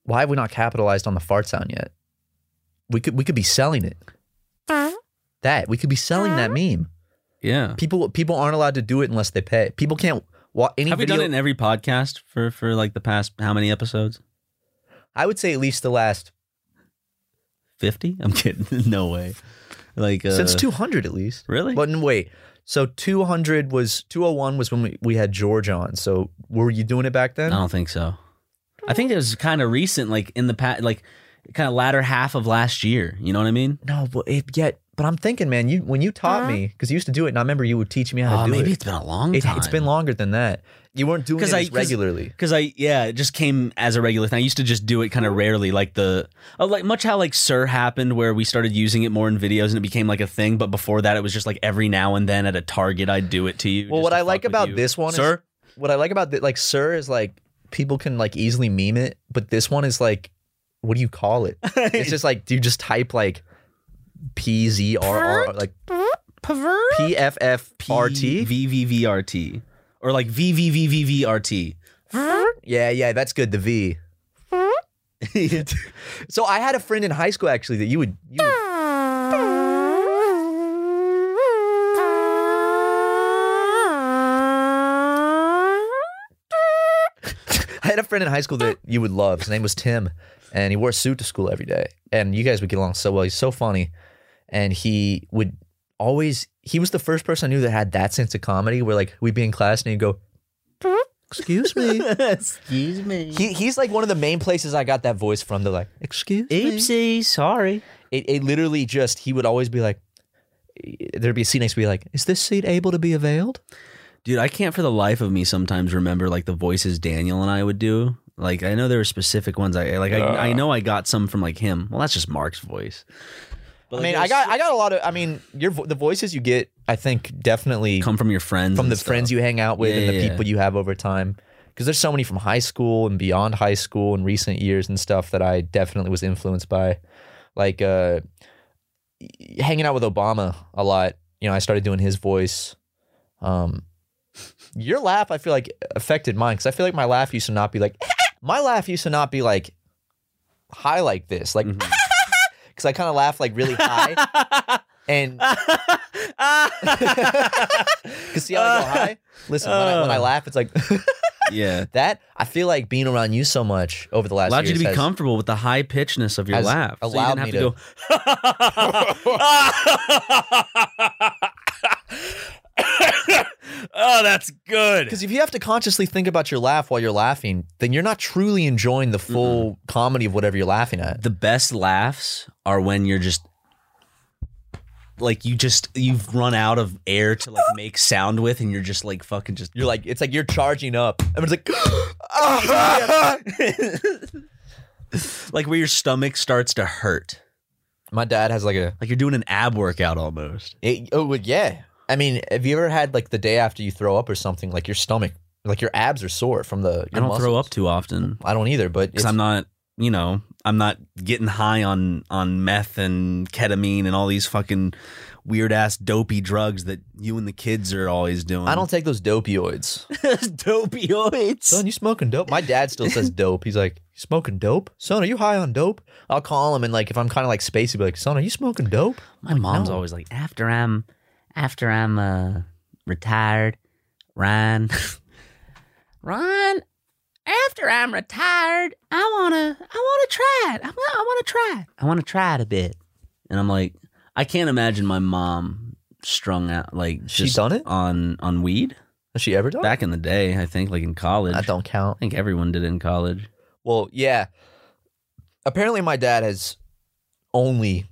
why have we not capitalized on the fart sound yet? We could we could be selling it. That we could be selling that meme.
Yeah.
People people aren't allowed to do it unless they pay. People can't watch any
Have we
video.
done it in every podcast for for like the past how many episodes?
I would say at least the last
Fifty? I'm kidding. no way. Like uh,
since 200 at least.
Really?
But n- wait, so 200 was 201 was when we, we had George on. So were you doing it back
I
then?
don't think so. I think it was kind of recent, like in the past, like kind of latter half of last year. You know what I mean?
No, but it, yet But I'm thinking, man, you when you taught
Huh?
me because you used to do it, and I remember you would teach me how to
Uh-huh. Oh,
do
maybe
it.
has been a long
It,
time.
has been longer than that. You weren't doing
'Cause
it
I-
as
'cause-
regularly.
Cause I yeah, it just came as a regular thing. I used to just do it kind of rarely, like the oh, like much how like Sir happened, where we started using it more in videos and it became like a thing. But before that, it was just like every now and then at a Target, I'd do it to you.
Well,
just
what
to
I
fuck
like
with
about
you.
this one is-
Sir,
what I like about the, like Sir is like people can like easily meme it, but this one is like, what do you call it? It's just like do you just type like P Z R R like
pervert
P F F R T?
V V V R T or like V V V V V R T.
Yeah, yeah, that's good. The V. So I had a friend in high school actually that you would. You would I had a friend in high school that you would love. His name was Tim, and he wore a suit to school every day. And you guys would get along so well. He's so funny, and he would always. He was the first person I knew that had that sense of comedy. Where like we'd be in class and he'd go, "Excuse me."
Excuse me.
He, he's like one of the main places I got that voice from. They're like, excuse me.
Oopsie, sorry.
It, it literally just, he would always be like, there'd be a seat next to me like, is this seat able to be availed?
Dude, I can't for the life of me sometimes remember like the voices Daniel and I would do. Like I know there were specific ones I like. I, I know I got some from like him. Well, that's just Mark's voice. But,
I
like,
mean,
those
I got, I got a lot of, I mean, your vo- the voices you get, I think definitely
come from your friends
from
and
the
stuff.
friends you hang out with
Yeah,
and the
yeah, yeah.
people you have over time. Because there's so many from high school and beyond high school in recent years and stuff that I definitely was influenced by. Like uh, y- hanging out with Obama a lot. You know, I started doing his voice. Um, your laugh, I feel like, affected mine because I feel like my laugh used to not be like, my laugh used to not be like high like this.
Mm-hmm.
Like, because I kind of laugh like really high. and Cause see how I go high? Listen, when, I,
Uh.
when I laugh, it's like
yeah.
that. I feel like being around you so much over the last
Allowed you to
years
be
has-
comfortable with the high pitchedness of your
has
laugh. So you
allowed
didn't have to,
me to-
go.
oh, that's good.
Because if you have to consciously think about your laugh while you're laughing, then you're not truly enjoying the full comedy of whatever you're laughing at.
the best laughs are when you're just like you just you've run out of air to like make sound with and you're just like fucking just
You're like, it's like you're charging up. And it's like, ah.
like where your stomach starts to hurt
my dad has like a,
like you're doing an ab workout almost
it, oh, well, yeah. I mean, have you ever had like the day after you throw up or something, like your stomach, like your abs are sore from the.
i
your
don't throw
muscles?
up too often
I don't either, but
because i'm not you know i'm not getting high on on meth and ketamine and all these fucking weird ass dopey drugs that you and the kids are always doing
I don't take those dopioids.
dopioids
Son, you smoking dope? My dad still says dope. He's like, you smoking dope? Son, are you high on dope? I'll call him and like if I'm kind of like spacey, be like, son, are you smoking dope?
My mom's
no.
always like, after I'm, after I'm uh, retired, Ryan, Ryan, after I'm retired, I wanna, I wanna try it. I wanna, I wanna try it. I wanna try it a bit. And I'm like, I can't imagine my mom strung out like
She
just
done it?
on on weed
Has she ever done? it?
back in the day. I think like in college.
That don't count.
I think everyone did in college.
Well, yeah. Apparently, my dad has only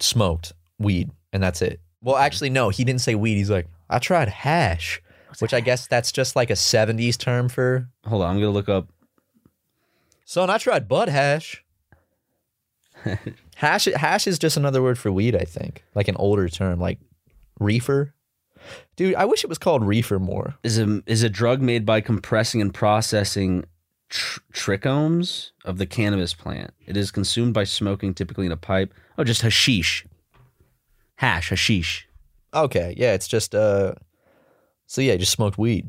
smoked weed, and that's it. Well, actually, no, he didn't say weed. He's like, I tried hash, which I guess that's just like a '70s term for
Hold on, I'm gonna look up.
son. I tried bud hash. hash hash is just another word for weed, I think, like an older term, like reefer. Dude, I wish it was called reefer more.
is a is a drug made by compressing and processing tr- trichomes of the cannabis plant. It is consumed by smoking, typically in a pipe. Oh, just hashish, hash, hashish.
Okay, yeah, it's just uh. So yeah, just smoked weed.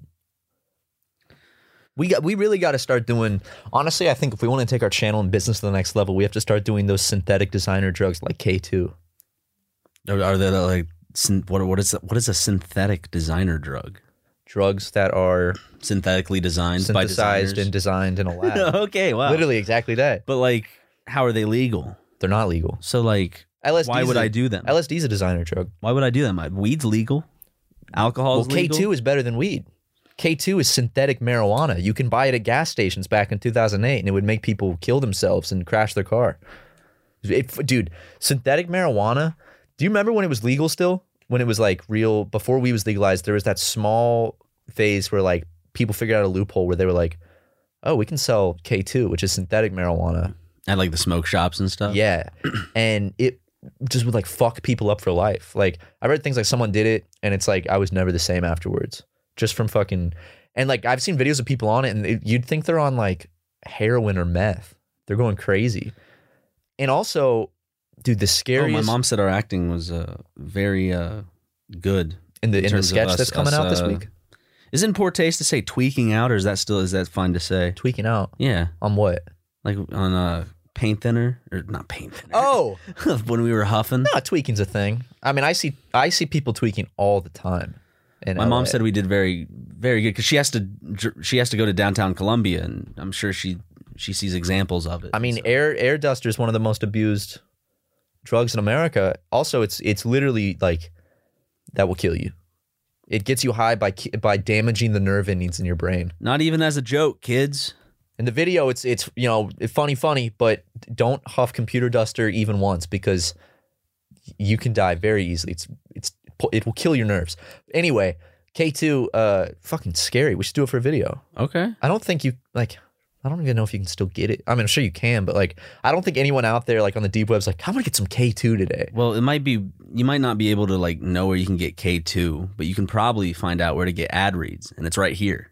We got we really got to start doing. Honestly, I think if we want to take our channel and business to the next level, we have to start doing those synthetic designer drugs like K two.
Are, are they uh, like syn- what? What is the, what is a synthetic designer drug?
Drugs that are
Synthetically designed by
synthesized and
designers?
designed in a lab.
okay, wow.
Literally exactly that.
but like, how are they legal?
They're not legal.
So like,
LSD.
why would I do them?
LSD is a designer drug.
why would I do them? Weed's legal. Alcohol
Well,
is legal.
K2 is better than weed. K2 is synthetic marijuana. You can buy it at gas stations back in 2008 and it would make people kill themselves and crash their car. It, dude, synthetic marijuana. Do you remember when it was legal still? When it was like real before we was legalized, there was that small phase where like people figured out a loophole where they were like, "Oh, we can sell K2, which is synthetic marijuana."
At like the smoke shops and stuff.
Yeah. And it just would like fuck people up for life. Like I read things like someone did it and it's like I was never the same afterwards. Just from fucking and like I've seen videos of people on it and it, you'd think they're on like heroin or meth. They're going crazy. And also, dude, the
Oh,
scariest
my mom said our acting was uh, very uh, good.
in the in, the
terms of
sketch
us-
that's
us,
coming out this
uh,
week.
Is it in poor taste to say tweaking out, or is that still is that fine to say?
Tweaking out
Yeah,
on what?
like on uh, paint thinner or not paint thinner.
Oh,
when we were huffing.
no, tweaking's a thing. I mean, I see I see people tweaking all the time. And
My mom said we did very, very good because she has to dr- she has to go to downtown Columbia, and I'm sure she she sees examples of it.
I mean,
so.
air air duster is one of the most abused drugs in America. Also, it's it's literally like that will kill you. It gets you high by ki- by damaging the nerve endings in your brain.
not even as a joke, kids.
In the video, it's it's you know funny funny, but don't huff computer duster even once because you can die very easily. It's it's it will kill your nerves. Anyway, K two, uh, fucking scary. We should do it for a video.
Okay,
I don't think you like. I don't even know if you can still get it. I mean, I'm sure you can, but like, I don't think anyone out there like on the deep web's like, I'm gonna get some K2 today.
well, it might be you might not be able to like know where you can get K two, but you can probably find out where to get ad reads, and it's right here.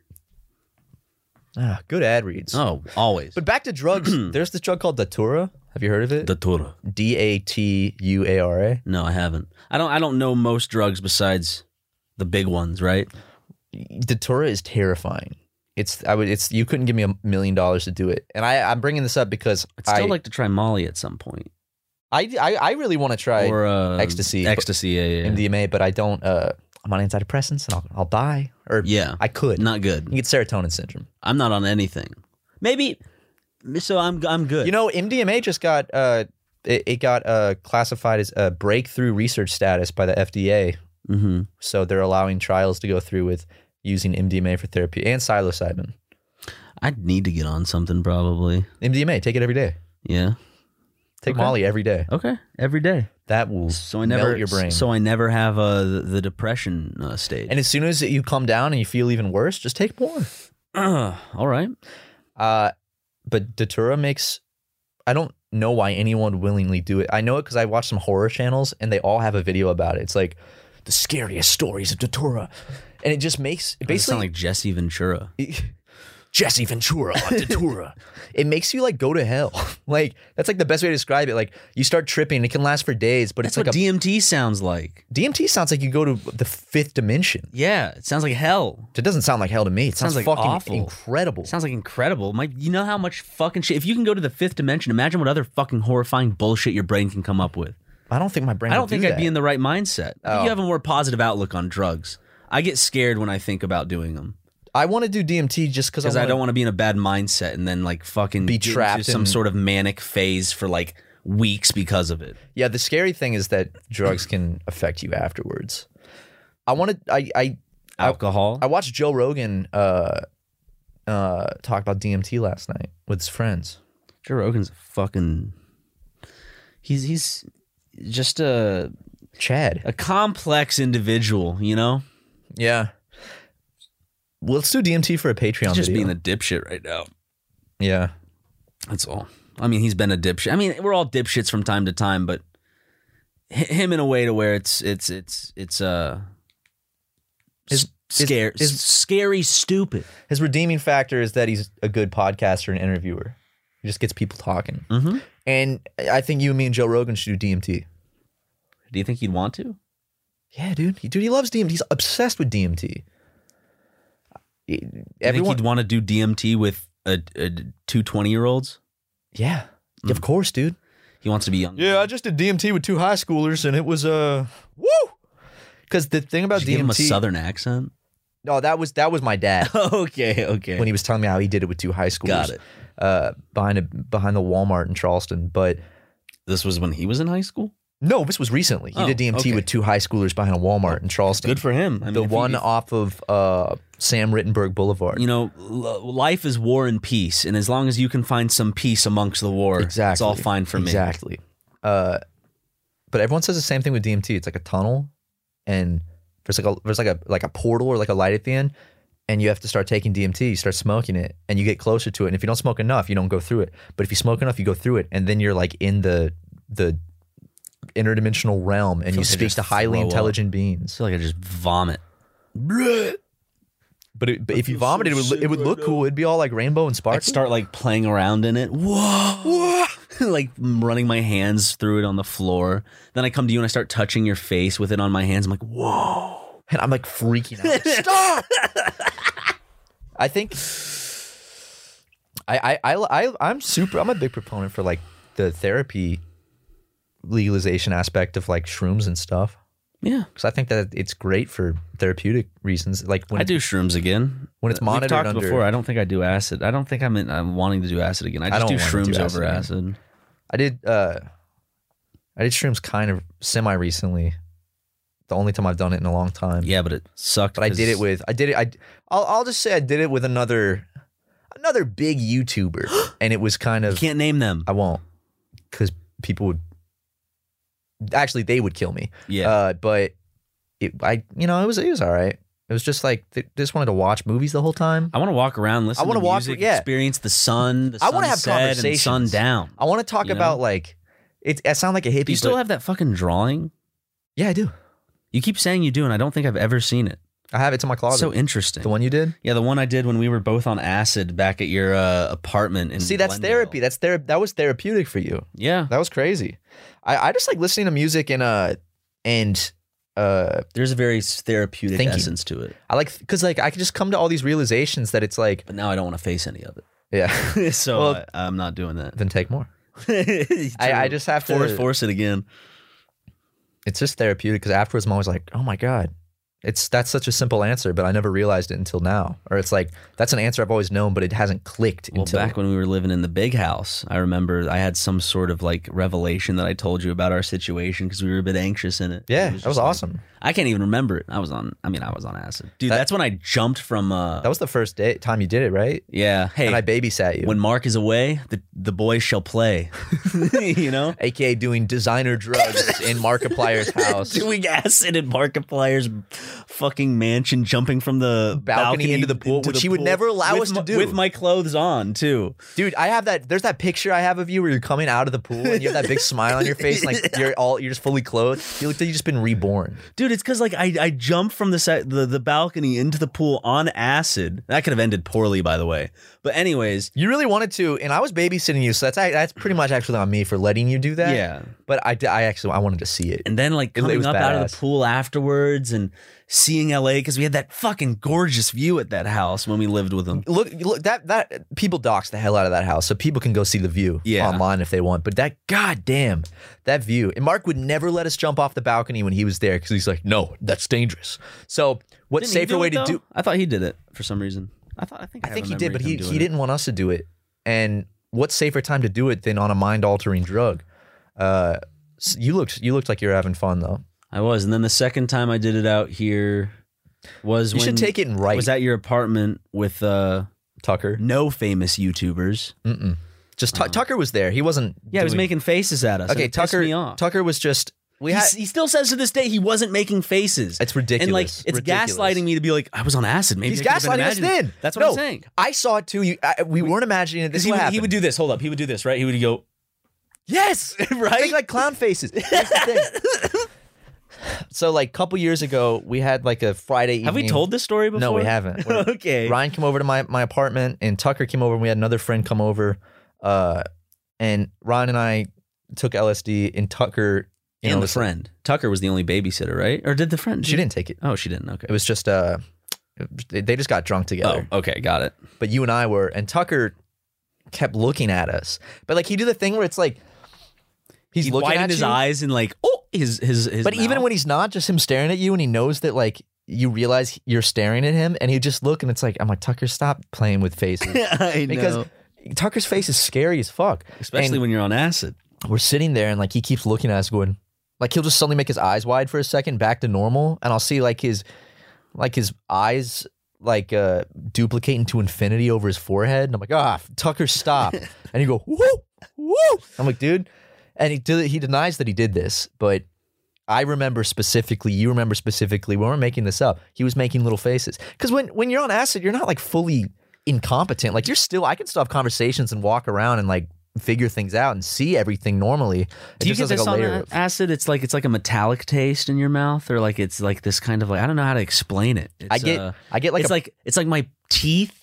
Ah, good ad reads.
Oh, always.
But back to drugs. There's this drug called Datura. Have you heard of it?
the Torah.
D A T U A R A.
No, I haven't. I don't. I don't know most drugs besides the big ones, right?
Datura is terrifying. It's I would it's you couldn't give me a million dollars to do it. And I I'm bringing this up because
I'd
I,
still like to try Molly at some point,
I I I really want to try
or uh,
ecstasy, but-
Ecstasy, yeah, yeah, yeah.
MDMA, but I don't. uh I'm on antidepressants and I'll I'll die or
yeah.
I could.
Not good.
you get serotonin syndrome.
I'm not on anything. Maybe. So I'm I'm good.
You know, MDMA just got uh, it, it got uh, classified as a breakthrough research status by the FDA.
hmm
So they're allowing trials to go through with using MDMA for therapy and psilocybin.
I need to get on something probably.
MDMA, take it every day.
Yeah.
Take
Okay.
Molly every day.
Okay. Every day.
That will
So I never
melt your brain.
So I never have uh, the, the depression uh, stage.
and as soon as you come down and you feel even worse, just take more.
all right.
Uh, but Datura makes. I don't know why anyone would willingly do it. I know it because I watch some horror channels and they all have a video about it. It's like the scariest stories of Datura, and it just makes
Basically,
it
sound
basically
like Jesse Ventura.
Jesse Ventura on Datura.
it makes you like go to hell. like that's like the best way to describe it. Like you start tripping, it can last for days, but
That's
it's
what
like a
DMT sounds like.
DMT sounds like you go to the fifth dimension.
Yeah, it sounds like hell.
It doesn't sound like hell to me. It sounds,
Sounds like
fucking
awful.
incredible.
It sounds like incredible. My, you know how much fucking shit. If you can go to the fifth dimension, imagine what other fucking horrifying bullshit your brain can come up with.
I don't think my brain.
I
would
don't
do
think I'd be
that.
in the right mindset. I think
Oh.
You have a more positive outlook on drugs. I get scared when I think about doing them
I want to do DMT just because
because I don't want to be in a bad mindset and then like fucking
Be
get into
trapped
some
in-
sort of manic phase for like weeks because of it.
Yeah, the scary thing is that drugs can affect you afterwards. I want to. I I I-
Alcohol.
I watched Joe Rogan uh uh talk about DMT last night with his friends.
Joe Rogan's a fucking. He's he's just a
Chad.
a complex individual, you know.
Yeah. Well, let's do DMT for a Patreon.
He's just
video.
being a dipshit right now.
yeah.
That's all. I mean, he's been a dipshit. I mean, we're all dipshits from time to time, but hi- him in a way to where it's it's it's it's uh
Is-
scary,
is- is-
scary, stupid.
His redeeming factor is that he's a good podcaster and interviewer. He just gets people talking.
Mm-hmm.
And I think you and me and Joe Rogan should do DMT.
Do you think he'd want to?
Yeah, dude. He- Dude, he loves DMT. He's obsessed with DMT. He-
Everyone,
Everyone.
he'd want to do DMT with a, a two twenty year olds.
yeah.
Mm.
Of course, dude.
He wants to be young.
Yeah, I just did DMT with two high schoolers and it was uh woo. Cuz the thing about
Did you give him a
DMT
southern accent.
No, Oh, that was that was my dad
okay, okay.
when he was telling me how he did it with two high schoolers.
Got it.
Uh behind a behind the Walmart in Charleston, but
This was when he was in high school.
no, this was recently. He
Oh,
did DMT
okay. Oh,
with two high schoolers behind a Walmart in Charleston.
Good for him. I mean,
the
if he-
one
if-
off of uh, Sam Rittenberg Boulevard.
you know, l- life is war and peace, and as long as you can find some peace amongst the war, it's all fine for me.
Exactly. Uh, but everyone says the same thing with DMT. It's like a tunnel, and there's like a there's like a like a portal or like a light at the end, and you have to start taking DMT. You start smoking it, and you get closer to it. And if you don't smoke enough, you don't go through it. But if you smoke enough, you go through it, and then you're like in the the interdimensional realm, and you
Feels like I
speak
just
to highly
throw up.
intelligent beings.
I feel like I just vomit.
But, it, but
I
if you
feel so
vomited, it would lo-
sick
it would
right
look
now.
cool. It'd be all like rainbow and
I'd
sparkly.
start like playing around in it. Whoa, whoa. like running my hands through it on the floor. Then I come to you and I start touching your face with it on my hands. I'm like, whoa.
and I'm like freaking out. Stop! I think I, I I I I'm super. I'm a big proponent for like the therapy legalization aspect of like shrooms and stuff
Yeah.
because I think that it's great for therapeutic reasons. Like when
I do shrooms again.
when it's
We've
monitored
talked
under-
before. I don't think I do acid. I don't think I'm in, I'm wanting to do acid again. I just
don't
do
wanna do
shrooms
acid
over
again.
acid.
I did uh I did shrooms kind of semi recently. The only time I've done it in a long time.
Yeah, but it sucked.
But I did
'cause-
it with I did it I I'll, I'll just say I did it with another another big YouTuber and it was kind
You
of
can't name them.
I won't cuz people would actually they would kill me.
Yeah.
Uh but it I you know it was it was all right. It was just like th- just wanted to watch movies the whole time.
I want to walk around, listen
I wanna
to
walk-
music,
yeah.
experience the sun, the
I wanna have
sunset and sun
conversations.
down.
I want to talk
You know?
about like it I sound like a hippie
Do you still
but-
have that fucking drawing?
Yeah, I do.
You keep saying you do, and I don't think I've ever seen it.
I have it's in my closet.
so interesting.
the one you did?
yeah, the one I did when we were both on acid back at your uh, apartment. In
See, that's
Glendale.
therapy. That's therapy. That was therapeutic for you.
yeah,
That was crazy. I, I just like listening to music and uh and uh
there's a very therapeutic
Thinking.
essence to it.
I like because like I could just come to all these realizations that it's like
But now I don't want to face any of
yeah
it, so
Well-
I, am not doing that.
then take more. I, I
True.
just have to
force force it again.
It's just therapeutic because afterwards I'm always like oh my god. It's that's such a simple answer, but I never realized it until now. Or it's like that's an answer I've always known, but it hasn't clicked
Well,
until
back when we were living in the big house, I remember I had some sort of like revelation that I told you about our situation because we were a bit anxious in it.
yeah,
It
that
just
was
like-
awesome.
I can't even remember it. I was on. I mean, I was on acid, dude.
That-
that's when I jumped from. uh
That was the first day time you did it, right?
Yeah. Hey,
and I babysat you,
when Mark is away, the the boys shall play. you know,
aka doing designer drugs in Markiplier's house.
doing acid in Markiplier's fucking mansion, jumping from the
Balcony
balcony,
into the pool, which he would never allow
with
us to
my-
do.
with my clothes on too.
Dude, I have that. There's that picture I have of you where you're coming out of the pool and you have that big smile on your face, like you're all you're just fully clothed. You look like you just been reborn.
Dude, it's because like I, I jumped from the, se- the the balcony into the pool on acid. That could have ended poorly, by the way. But anyways,
You really wanted to, and I was babysitting you, so that's that's pretty much actually on me for letting you do that.
yeah.
but I, di- I actually I wanted to see it.
And then like
It- it
coming
was
up out of
badass.
the pool afterwards and seeing LA because we had that fucking gorgeous view at that house when we lived with them.
Look, look that that people dox the hell out of that house, so people can go see the view
Yeah.
online if they want. But that goddamn that view, and Mark would never let us jump off the balcony when he was there because he's like, no, that's dangerous. So what
Didn't he
safer
do
way
it,
to
though?
do?
I thought he did it for some reason. I thought I think
I
have
think
a
he
memory
did,
of
but
him
he,
doing
he
it.
didn't want us to do it. And what safer time to do it than on a mind altering drug? Uh, s- you looked you looked like you're having fun though.
I was, and then the second time I did it out here was
You
when
should take it and
I
write,
was at your apartment with uh
Tucker.
no famous YouTubers.
Mm-mm. Just Tu-
Uh-huh.
Tucker was there. He wasn't.
Yeah, he was
doing-
making faces at us. and
Okay,
it pissed
Tucker.
me off.
Tucker was just. We
He
had.
s- he still says to this day he wasn't making faces.
It's ridiculous.
And like it's
Ridiculous.
gaslighting me to be like I was on acid. Maybe
He's
I could've been
gaslighting us
imagining-
then.
That's what
No,
I'm saying.
I saw it too. You, I, we, weren't imagining it.
Because
This is
he
what
would,
happened.
he would do this. Hold up. He would do this, right? He would go.
Yes, right. Make, like clown faces. That's the thing. so like a couple years ago, we had like a Friday evening.
Have we told this story before?
No, we haven't. We're-
okay.
Ryan came over to my, my apartment and Tucker came over and we had another friend come over. Uh, and Ryan and I took LSD and Tucker you
And
know,
the
was-
friend Tucker was the only babysitter, right? Or did the friend?
She didn't take it.
Oh, she didn't. Okay.
It was just uh they they just got drunk together.
Oh, okay, got it.
But you and I were and Tucker kept looking at us. But like he did the thing where it's like he's
he
looking
widened
at
his
you,
eyes and like, oh, his his his.
But even
mouth.
when he's not, just him staring at you and he knows that like you realize you're staring at him and he just look and it's like I'm like Tucker stop playing with faces.
I
because
know.
Tucker's face is scary as fuck.
especially when you're on acid.
we're sitting there and like he keeps looking at us going like he'll just suddenly make his eyes wide for a second back to normal and i'll see like his like his eyes like uh duplicate into infinity over his forehead and i'm like ah tucker stop and he go whoop whoop i'm like dude and he did, he denies that he did this, but I remember specifically, you remember specifically, we weren't making this up. He was making little faces because when when you're on acid, you're not like fully incompetent. Like you're still, I can still have conversations and walk around and like figure things out and see everything normally. It
Do you
just
get this
has, like, a
on
layer
a-
of-
acid? It's like it's like a metallic taste in your mouth, or like it's like this kind of like I don't know how to explain it. It's,
I get,
uh,
I get like,
it's
a-
like it's like my teeth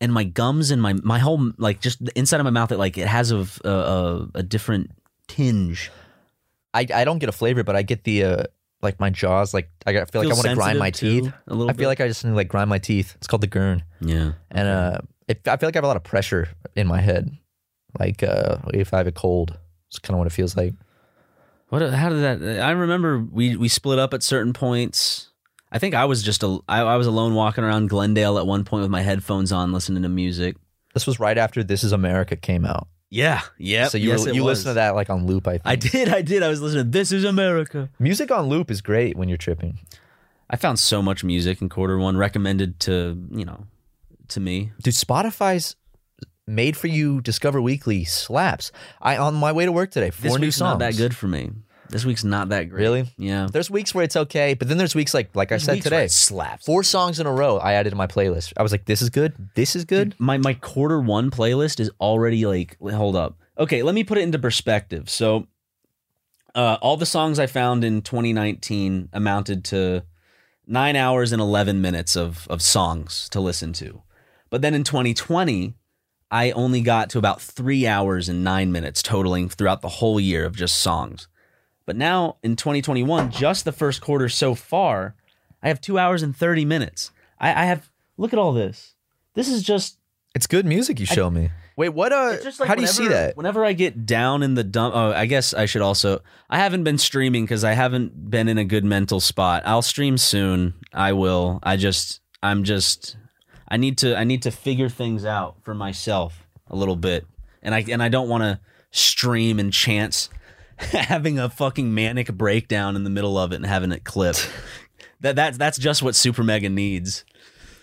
and my gums and my my whole like just the inside of my mouth. It like it has a a, a, a different tinge.
I, I don't get a flavor, but I get the uh, like my jaws. Like I, got- I feel like I
Feels
want to
sensitive,
grind my
too,
teeth.
a little.
I feel like I just need to like grind my teeth. It's called the gurn,
yeah.
and uh, it, I feel like I have a lot of pressure in my head. Like uh, if I have a cold, it's kind of what it feels like.
What? How did that? uh, I remember we we split up at certain points. I think I was just a I, I was alone walking around Glendale at one point with my headphones on, listening to music.
This was right after This Is America came out,
Yeah. Yeah.
so you were- you listen to that like on loop. I think.
I did. I did. I was listening. to This is America.
Music on loop is great when you're tripping.
I found so much music in quarter one recommended to you know to me.
Dude, Spotify's made for you Discover Weekly slaps. I on my way to work today, four
this
new
week's
songs.
not that good for me. This week's not that great.
Really?
Yeah.
There's weeks where it's okay, but then there's weeks like like I
There's
said
weeks where
today,
it slaps.
four songs in a row I added to my playlist. I was like, this is good. This is good.
Dude, my my quarter one playlist is already like hold up. Okay, let me put it into perspective. So uh all the songs I found in 2019 amounted to 9 hours and 11 minutes of of songs to listen to. But then in 2020 I only got to about 3 hours and 9 minutes totaling throughout the whole year of just songs. But now in 2021, just the first quarter so far, I have 2 hours and 30 minutes. I, I have look at all this this is just
It's good music you show me. Wait, what uh
it's just like
how do you
whenever-
see that?
whenever i get down in the dump oh i guess i should also i haven't been streaming because i haven't been in a good mental spot i'll stream soon i will i just i'm just i need to i need to figure things out for myself a little bit and i and i don't want to stream and chance having a fucking manic breakdown in the middle of it and having it clipped that that's that's just what super mega needs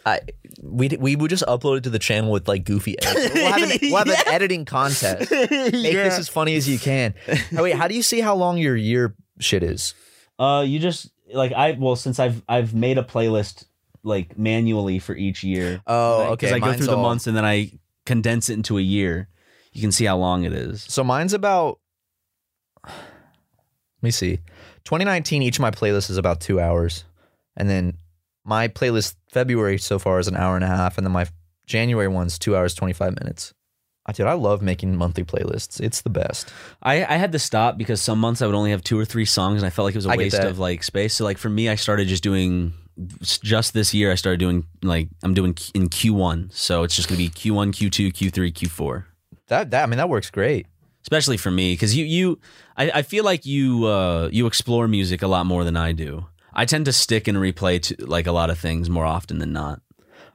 I we d- we would just upload it to the channel with like goofy edits. We'll have an, we'll have an editing contest. Make this as funny as you can. Oh, wait, how do you see how long your year shit is?
Uh, you just like I well since I've I've made a playlist like manually for each year.
Oh,
Like,
okay.
I go
mine's
through the
all-
months and then I condense it into a year. You can see how long it is.
So mine's about Let me see. 2019 each of my playlists is about 2 hours. And then my playlist February so far is an hour and a half and then my January one's 2 hours 25 minutes. I dude, I love making monthly playlists. It's the best.
I I had to stop because some months I would only have two or three songs and I felt like it was a
I get
waste
that.
of like space. So like for me, I started just doing just this year. I started doing like I'm doing in Q1, so it's just gonna be Q1, Q2, Q3, Q4.
That that I mean that works great.
especially for me because you you I, I feel like you uh you explore music a lot more than i do i tend to stick and replay to like a lot of things more often than not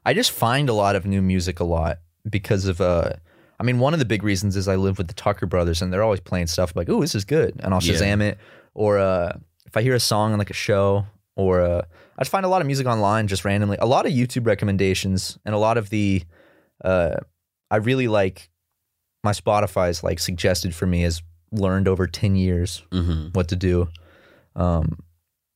I just find a lot of new music a lot because of uh I mean one of the big reasons is I live with the Tucker brothers and they're always playing stuff like, "Ooh, this is good." And I'll
Yeah.
Shazam it or uh if I hear a song on like a show or uh I just find a lot of music online just randomly. A lot of YouTube recommendations and a lot of the uh I really like my Spotify's like suggested for me has learned over 10 years
mm-hmm.
what to do. Um,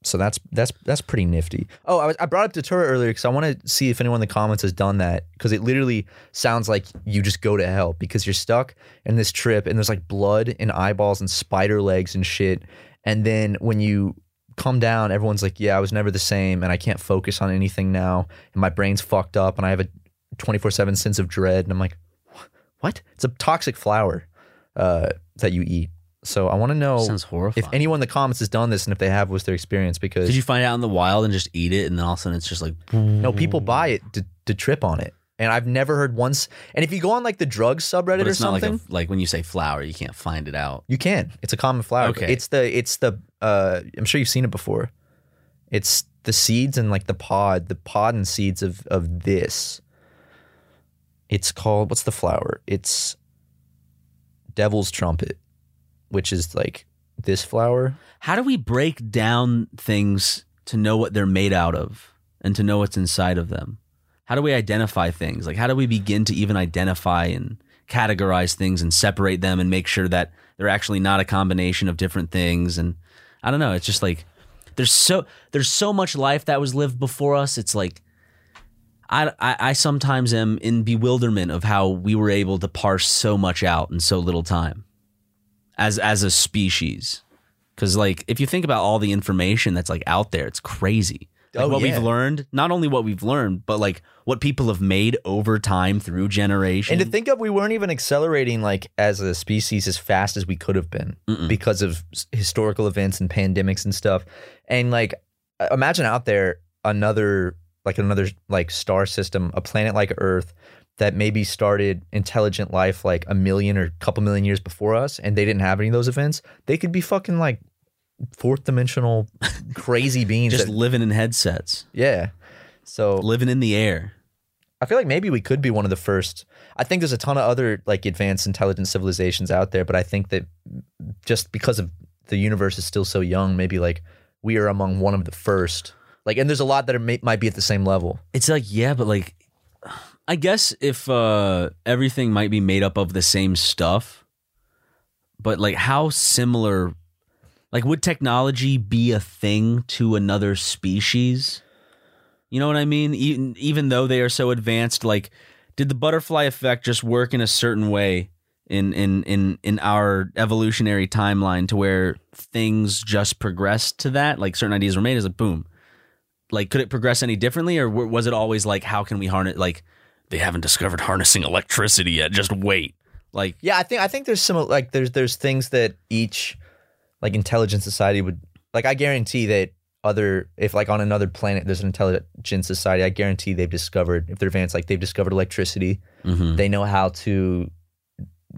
so that's that's that's pretty nifty. Oh, I, was, I brought up Datura earlier because I want to see if anyone in the comments has done that because it literally sounds like you just go to hell because you're stuck in this trip and there's like blood and eyeballs and spider legs and shit. And then when you come down, everyone's like, "Yeah, I was never the same, and I can't focus on anything now, and my brain's fucked up, and I have a 24 seven sense of dread." And I'm like, "Wh- "What? It's a toxic flower uh, that you eat." So I want to know
sounds horrifying
Oh, if anyone in the comments has done this and if they have, what's their experience? Because
did you find out in the wild and just eat it and then all of a sudden it's just like
no,
Mm.
people buy it to, to trip on it, and I've never heard once. And if you go on like the drugs subreddit
but
or
it's not like
something,
a, like when you say flower you can't find it out
you can. It's a common flower.
Okay.
It's the it's the uh, I'm sure you've seen it before. It's the seeds and like the pod, the pod and seeds of of this. It's called what's the flower? It's devil's trumpet, which is like this flower.
how do we break down things to know what they're made out of and to know what's inside of them how do we identify things like how do we begin to even identify and categorize things and separate them and make sure that they're actually not a combination of different things. And I don't know. It's just like there's so there's so much life that was lived before us. It's like I, I I sometimes am in bewilderment of how we were able to parse so much out in so little time as as a species. Because like if you think about all the information that's like out there, it's crazy. Like
Oh,
what
yeah.
we've learned, not only what we've learned, but like what people have made over time through generation.
And to think of, we weren't even accelerating like as a species as fast as we could have been
Mm-mm.
because of s- historical events and pandemics and stuff. And like, uh, imagine out there another like another like star system, a planet like Earth that maybe started intelligent life like a million or couple million years before us, and they didn't have any of those events. They could be fucking like fourth dimensional crazy beings.
just
that-
living in headsets,
yeah. So
living in the air.
I feel like maybe we could be one of the first. I think there's a ton of other like advanced intelligent civilizations out there, but I think that just because of the universe is still so young, maybe like we are among one of the first. Like, and there's a lot that are may, might be at the same level.
It's like yeah, but like I guess if uh everything might be made up of the same stuff, but like how similar like would technology be a thing to another species? You know what I mean? Even even though they are so advanced like did the butterfly effect just work in a certain way in in in in our evolutionary timeline to where things just progressed to that like certain ideas were made as a boom like could it progress any differently or w- was it always like how can we harness like they haven't discovered harnessing electricity yet just wait like
Yeah, I think I think there's some like there's there's things that each like intelligent society would like. I guarantee that other if like on another planet there's an intelligent society, I guarantee they've discovered if they're advanced like they've discovered electricity.
Mm-hmm.
they know how to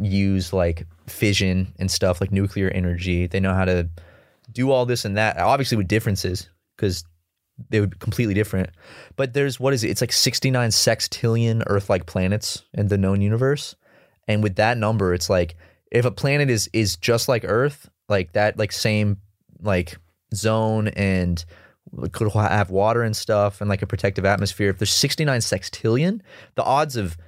use like fission and stuff like nuclear energy they know how to do all this and that obviously with differences because they would be completely different but there's what is it it's like 69 sextillion earth-like planets in the known universe and with that number it's like if a planet is is just like earth like that like same like zone and could ha- have water and stuff and like a protective atmosphere if there's 69 sextillion the odds of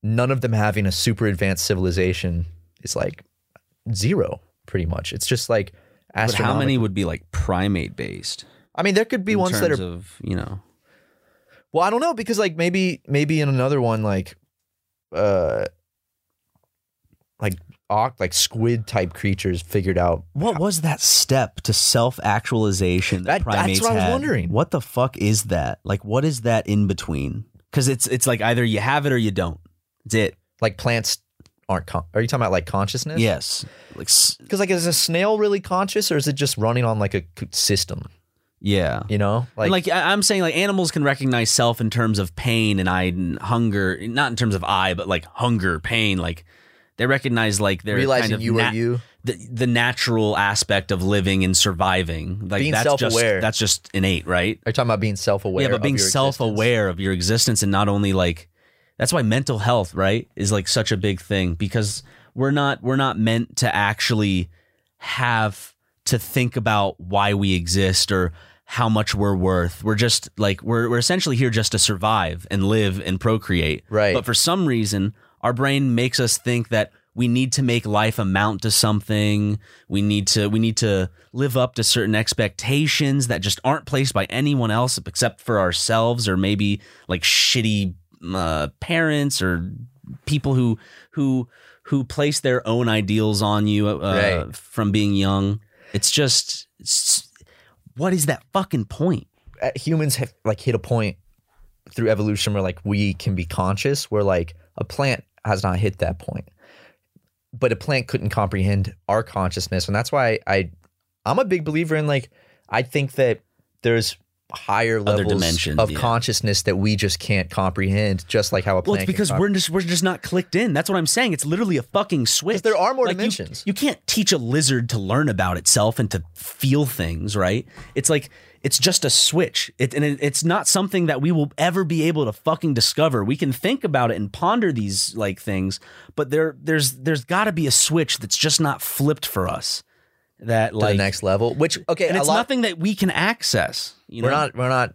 none of them having a super advanced civilization is like zero pretty much it's just like
but how many
astronomical.
would be like primate based
i mean there could be
in
ones that are
terms of you know
Well, I don't know because like maybe maybe in another one like uh like oct like squid type creatures figured out.
what was that step to self actualization
that That- that's primates what I was had? wondering.
what the fuck is that like what is that in between because it's it's like either you have it or you don't it's it
Like plants aren't con- are you talking about like consciousness?
yes like s-
Cuz like is a snail really conscious or is it just running on like a c- system,
yeah
you know?
Like, like I- I'm saying, like animals can recognize self in terms of pain and I and hunger, not in terms of I, but like hunger, pain. Like they recognize like their
realizing
kind of
you
nat-
are you.
the, the natural aspect of living and surviving. Like
Being
that's
self-aware.
just that's just innate, right?
Are you talking about being self-aware?
yeah, but
of
being
your existence?
self-aware of your existence and not only like that's why mental health, right, is like such a big thing because we're not we're not meant to actually have to think about why we exist or how much we're worth. We're just like we're we're essentially here just to survive and live and procreate.
Right.
But for some reason, our brain makes us think that we need to make life amount to something. We need to we need to live up to certain expectations that just aren't placed by anyone else except for ourselves or maybe like shitty uh, parents or people who who who place their own ideals on you uh,
Right.
from being young. It's just it's- what is that fucking point?
uh, humans have like hit a point through evolution where like we can be conscious where like a plant has not hit that point but a plant couldn't comprehend our consciousness and that's why i i'm a big believer in like i think that there's higher
Other
levels
dimensions,
of
yeah.
consciousness that we just can't comprehend just like how a
Well,
plant
it's
can
because
compre-
we're just we're just not clicked in. That's what I'm saying. It's literally a fucking switch.
there are more
Like, you-
dimensions.
You, can't teach a lizard to learn about itself and to feel things, right? It's like it's just a switch, it, and it, it's not something that we will ever be able to fucking discover. We can think about it and ponder these like things, but there there's there's got to be a switch that's just not flipped for us. That
to
like
the next level which okay
and
a
it's
lot
nothing that we can access. You
we're
know?
not we're not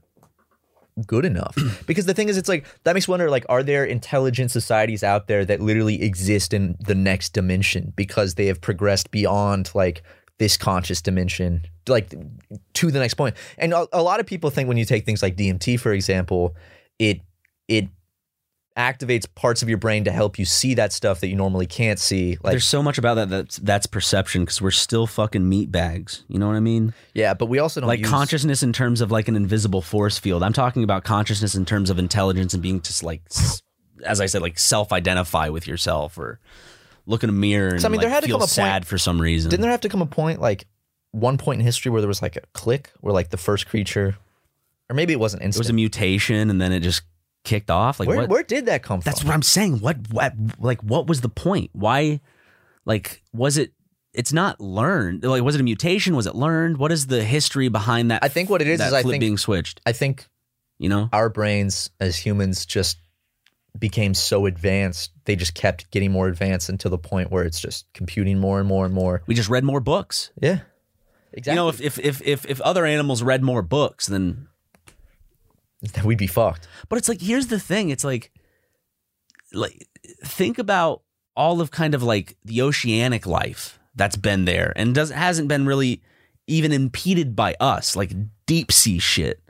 good enough. because the thing is, it's like that makes me wonder like, are there intelligent societies out there that literally exist in the next dimension because they have progressed beyond like this conscious dimension, like to the next point? And a, a lot of people think when you take things like DMT, for example, it it activates parts of your brain to help you see that stuff that you normally can't see. Like
There's so much about that that's, that's perception because we're still fucking meat bags. You know what I mean?
yeah, but we also don't
like
use-
consciousness in terms of like an invisible force field. I'm talking about consciousness in terms of intelligence and being just like, s- as I said, like self-identify with yourself or look in a mirror and
So, I mean, there
like,
had to
feel
come a point-
sad for some reason.
Didn't there have to come a point, like one point in history, where there was like a click, where like the first creature, or maybe it wasn't
there
instant.
was a mutation and then it just kicked off. Like
where,
what?
where did that come
That's
from?
what I'm saying. What, what, like, what was the point? Why, like, was it? It's not learned. Like, was it a mutation? Was it learned? What is the history behind that?
I think what it is
that
is I
flip
think
being switched.
I think
You know,
our brains as humans just became so advanced. They just kept getting more advanced until the point where it's just computing more and more and more.
we just read more books.
Yeah, exactly.
You know, if if if if, if other animals read more books, then
we'd be fucked.
But it's like here's the thing. It's like like think about all of kind of like the oceanic life that's been there and doesn't hasn't been really even impeded by us, like deep sea shit.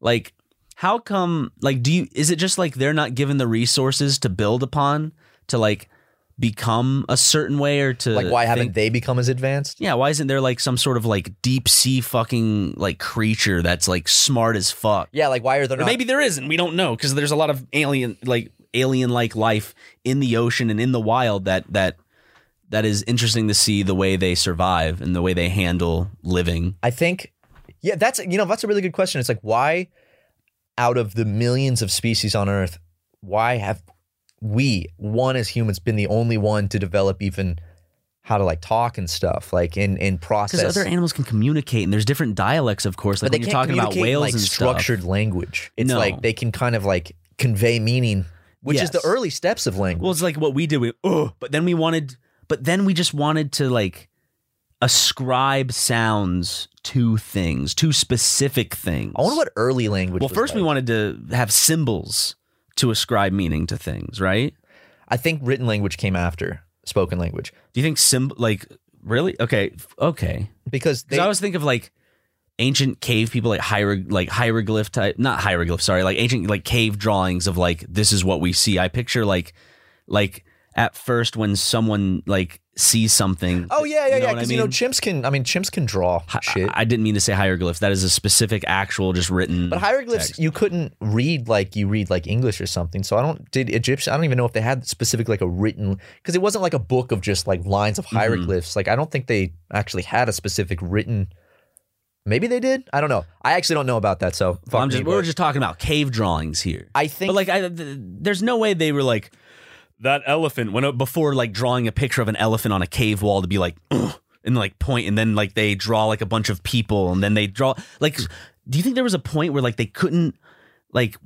Like how come like do you is it just like they're not given the resources to build upon to like become a certain way or to
Like, why
think-
haven't they become as advanced?
yeah, why isn't there like some sort of like deep sea fucking like creature that's like smart as fuck?
Yeah, like why are they
Or
not?
maybe there isn't. We don't know because there's a lot of alien like alien like life in the ocean and in the wild that that that is interesting to see the way they survive and the way they handle living.
I think, yeah, that's you know that's a really good question. It's like why, out of the millions of species on Earth, why have we one as humans been the only one to develop even how to like talk and stuff like in in process?
Because other animals can communicate and there's different dialects, of course. Like
but they
when you're
can't
talking about
communicate in,
whales
like
and
structured
Stuff.
language. It's
No.
like they can kind of like convey meaning, which
Yes.
is the early steps of language.
Well, it's like what we did. We oh, but then we wanted, but then we just wanted to like ascribe sounds to things, to specific things.
I wonder what early language.
Well,
was
first we
like.
wanted to have symbols to ascribe meaning to things, right?
I think written language came after spoken language
Do you think sim like really okay f- okay?
because they,
Because I always think of like ancient cave people like hierog like hieroglyph type not hieroglyph sorry like ancient like cave drawings of like this is what we see. I picture like like at first when someone like sees something.
Oh yeah, yeah,
you know
yeah.
what
Because
I
you know,
mean?
chimps can. I mean, chimps can draw
Hi-
shit.
I, I didn't mean to say hieroglyph. That is a specific actual just written.
But hieroglyphs,
Mm, text.
you couldn't read like you read like English or something. So I don't did Egyptian. I don't even know if they had specific like a written because it wasn't like a book of just like lines
Mm-hmm.
of hieroglyphs. Like I don't think they actually had a specific written. Maybe they did. I don't know. I actually don't know about that. So fuck
Well, I'm
me,
just,
but
we're just talking about cave drawings here.
I think.
but like, I, th- there's no way they were like that elephant when it- before like drawing a picture of an elephant on a cave wall to be like "Ugh," and like point, and then like they draw like a bunch of people, and then they draw like. Do you think there was a point where like they couldn't like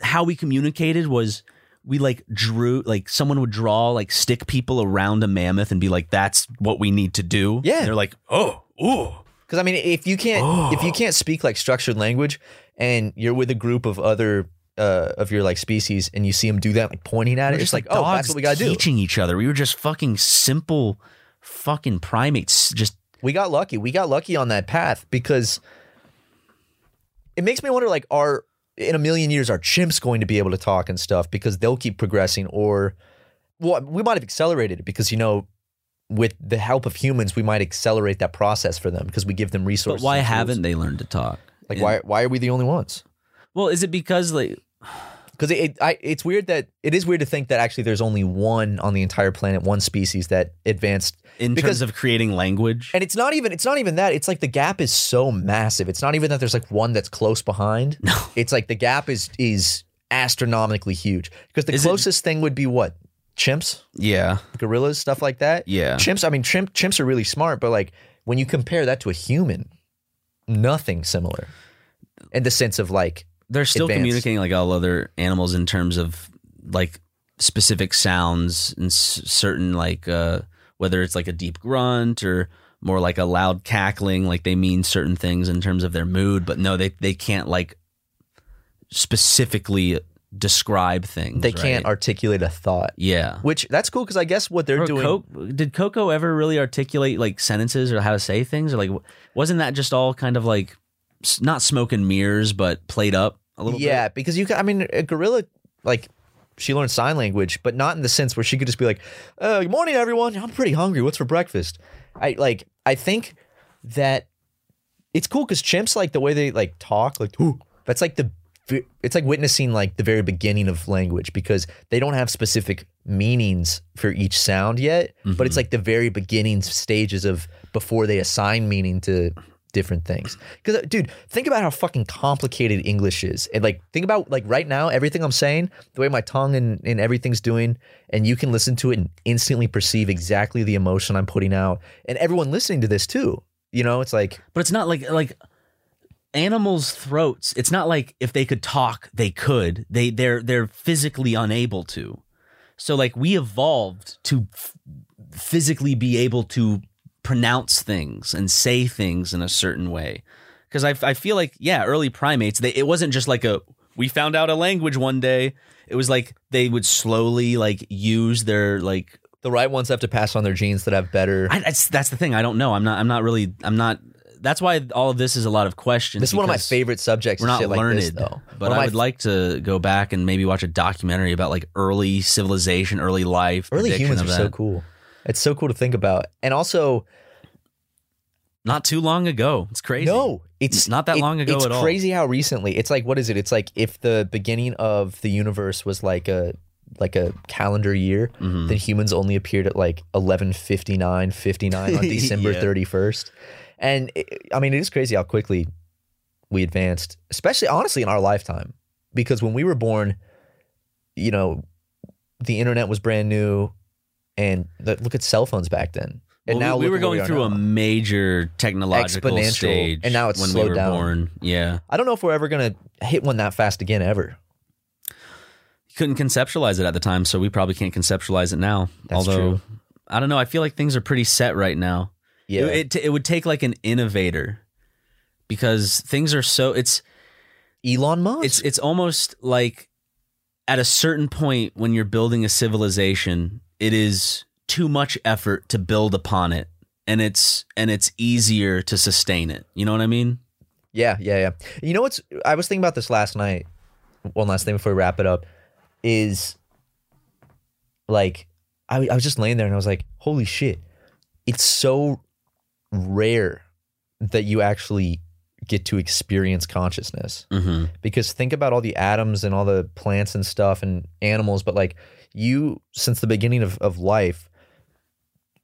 how we communicated was we like drew like someone would draw like stick people around a mammoth and be like that's what we need to do.
Yeah.
And they're like oh ooh
Because I mean, if you can't if
Oh.
you can't speak like structured language, and you're with a group of other uh, of your like species, and you see them do that, like pointing at
We're
it, it's
just
like,
like,
oh,
dogs
that's what we gotta do.
teaching each other. We were just fucking simple, fucking primates. Just
we got lucky. We got lucky on that path because it makes me wonder like are in a million years are chimps going to be able to talk and stuff because they'll keep progressing or well we might have accelerated it because you know with the help of humans we might accelerate that process for them because we give them
but
resources.
why
and tools.
haven't they learned to talk?
like
And-
why why are we the only ones?
Well, is it because like
Because it, it I it's weird that it is weird to think that actually there's only one on the entire planet, one species that advanced
in
Because-
terms of creating language?
And it's not even it's not even that. It's like the gap is so massive. It's not even that there's like one that's close behind. No. It's like the gap is is astronomically huge. Because the
Is it-
closest thing would be what? Chimps,
yeah,
gorillas, stuff like that.
yeah.
Chimps, I mean chimp chimps are really smart, but like when you compare that to a human, nothing similar. In the sense of like
They're still
advanced.
communicating like all other animals in terms of like specific sounds and s- certain like uh whether it's like a deep grunt or more like a loud cackling like they mean certain things in terms of their mood but no they they can't like specifically describe things.
They can't
right?
articulate a thought,
yeah.
which that's cool because I guess what they're
Or
doing.
Coke- did Coco ever really articulate like sentences or how to say things or like w- wasn't that just all kind of like s- not smoke and mirrors but played up a little bit?
yeah, because you. ca- I mean, a gorilla like she learned sign language, but not in the sense where she could just be like, uh, "Good morning, everyone. I'm pretty hungry. What's for breakfast?" I like. I think that it's cool because chimps like the way they like talk. Like, "Ooh," that's like the. It's like witnessing like the very beginning of language because they don't have specific meanings for each sound yet, but it's like the very beginning stages of before they assign meaning to different things. Because, dude, think about how fucking complicated English is, and like think about like right now everything I'm saying, the way my tongue and, and everything's doing, and you can listen to it and instantly perceive exactly the emotion I'm putting out, and everyone listening to this too. You know, it's like
But it's not like like animals' throats. It's not like if they could talk, they could. They they're they're physically unable to. So like we evolved to f- physically be able to pronounce things and say things in a certain way. Because I I feel like yeah, early primates. They it wasn't just like a we found out a language one day. It was like they would slowly like use their like
the right ones have to pass on their genes that have better.
I, that's, that's the thing. I don't know. I'm not. I'm not really. I'm not. That's why all of this is a lot of questions.
this is one of my
because
favorite subjects.
We're
and
not
shit
learned,
like this, though.
but
One
I
of my
would like to go back and maybe watch a documentary about like early civilization, early life.
early
prediction
humans
of
are
that.
so cool. It's so cool to think about, and also
Not too long ago. It's crazy.
No, it's
Not that long ago
It's
at all.
crazy how recently. It's like what is it? It's like if the beginning of the universe was like a like a calendar year,
Mhm.
then humans only appeared at like 11:59, 59 on December
Yeah.
31st. And it, I mean, it is crazy how quickly we advanced, especially honestly in our lifetime because when we were born, you know, the internet was brand new and the, look at cell phones back then. And
Well, we-
now
we,
look
were
at where
going
we are
through a
now.
major technological
Exponential,
stage,
and now it's
when we
slowed
were
down.
born. Yeah,
I don't know if we're ever gonna hit one that fast again ever.
couldn't conceptualize it at the time, so we probably can't conceptualize it now.
That's
Although
true.
I don't know. I feel like things are pretty set right now.
Yeah,
It, it, t- it would take like an innovator because things are so it's
Elon Musk.
it's it's almost like at a certain point when you're building a civilization, it is too much effort to build upon it and it's and it's easier to sustain it. You know what I mean?
yeah, yeah, yeah. You know what's? I was thinking about this last night. One last thing before we wrap it up is like I, I was just laying there and I was like, holy shit! It's so rare that you actually get to experience consciousness.
Mm-hmm.
because think about all the atoms and all the plants and stuff and animals but like you since the beginning of, of life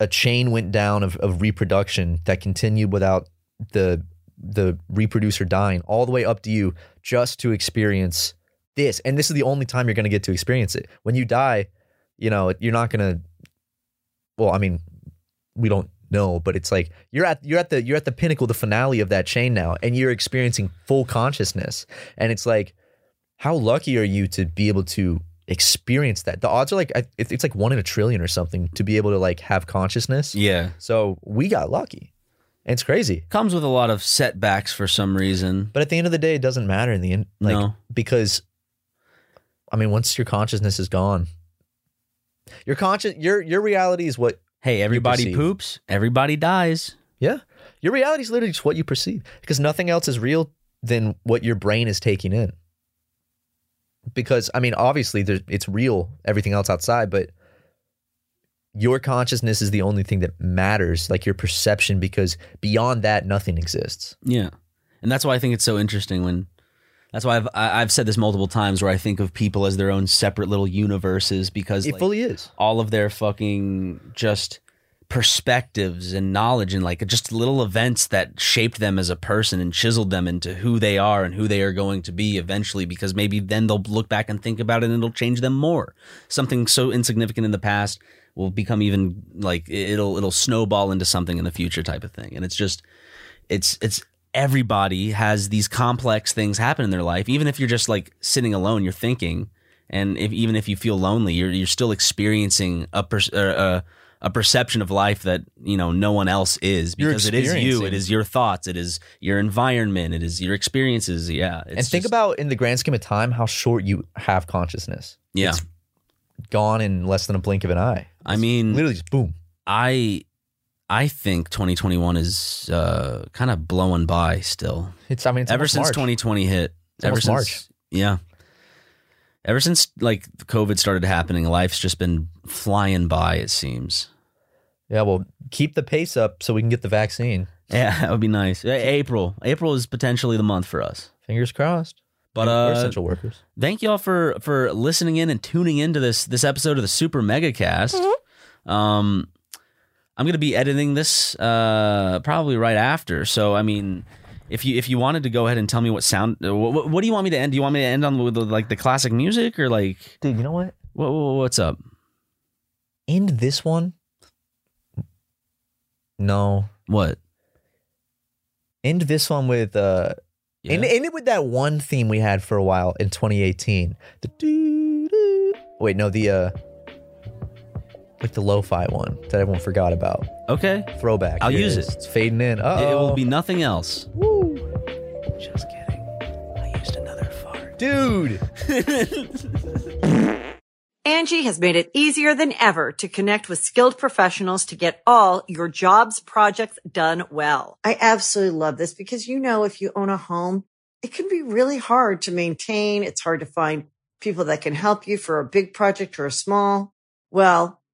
a chain went down of, of reproduction that continued without the the reproducer dying all the way up to you just to experience this and this is the only time you're going to get to experience it when you die you know you're not going to well i mean we don't know but it's like you're at you're at the you're at the pinnacle the finale of that chain now and you're experiencing full consciousness and it's like how lucky are you to be able to experience that the odds are like I- it- it's like one in a trillion or something to be able to like have consciousness
Yeah.
so we got lucky and it's crazy
Comes with a lot of setbacks for some reason.
but at the end of the day it doesn't matter in the end like
no.
because i mean once your consciousness is gone your conscious your your reality is what
Hey, everybody
perceive.
poops, everybody dies.
Yeah. Your reality is literally just what you perceive because nothing else is real than what your brain is taking in. Because, I mean, obviously there, it's real, everything else outside, but your consciousness is the only thing that matters, like your perception, because beyond that, nothing exists.
Yeah, and that's why I think it's so interesting when. That's why I've I- I've said this multiple times where I think of people as their own separate little universes because
It
like,
fully is.
all of their fucking just perspectives and knowledge and like just little events that shaped them as a person and chiseled them into who they are and who they are going to be eventually because maybe then they'll look back and think about it and it'll change them more. Something so insignificant in the past will become even like it'll it'll snowball into something in the future type of thing. And it's just it's it's everybody has these complex things happen in their life even if you're just like sitting alone you're thinking and if even if you feel lonely you're you're still experiencing a pers- uh, uh, a perception of life that you know no one else is
You're
because it is you. It
experiencing.
is your thoughts. It is your environment. It is your experiences. Yeah, it's
and think
just-
about in the grand scheme of time how short you have consciousness.
yeah.
it's Gone in less than a blink of an eye.
I mean,
Literally just boom.
I I think 2021 is uh, kind of blowing by still.
It's I mean it's
ever
almost
since
March.
2020 hit,
It's
ever
almost
since
March.
yeah, ever since like COVID started happening, life's just been flying by. It seems.
Yeah, well, keep the pace up so we can get the vaccine.
Yeah, that would be nice. A- April, April is potentially the month for us.
Fingers crossed.
But
We're
uh,
essential workers.
thank y'all for for listening in and tuning into this this episode of the Super Mega Cast.
Mm-hmm.
Um, I'm gonna be editing this uh probably right after. So I mean, if you if you wanted to go ahead and tell me what sound, what, what, what do you want me to end? Do you want me to end on with like the classic music or like
Dude, you know what?
what, what- what's up?
End this one. No.
What?
End this one with uh
Yeah.
end, end it with that one theme we had for a while in 2018. The doo-doo. Wait, no, the uh like the lo-fi one that everyone forgot about.
okay,
Throwback.
I'll
Here
use
is.
it.
It's fading in.
It-
Uh-oh.
it will be nothing else.
Just kidding. I used another fart. Dude.
Angie has made it easier than ever to connect with skilled professionals to get all your jobs projects done well. I absolutely love this because, you know, if you own a home, it can be really hard to maintain. It's hard to find people that can help you for a big project or a small. Well,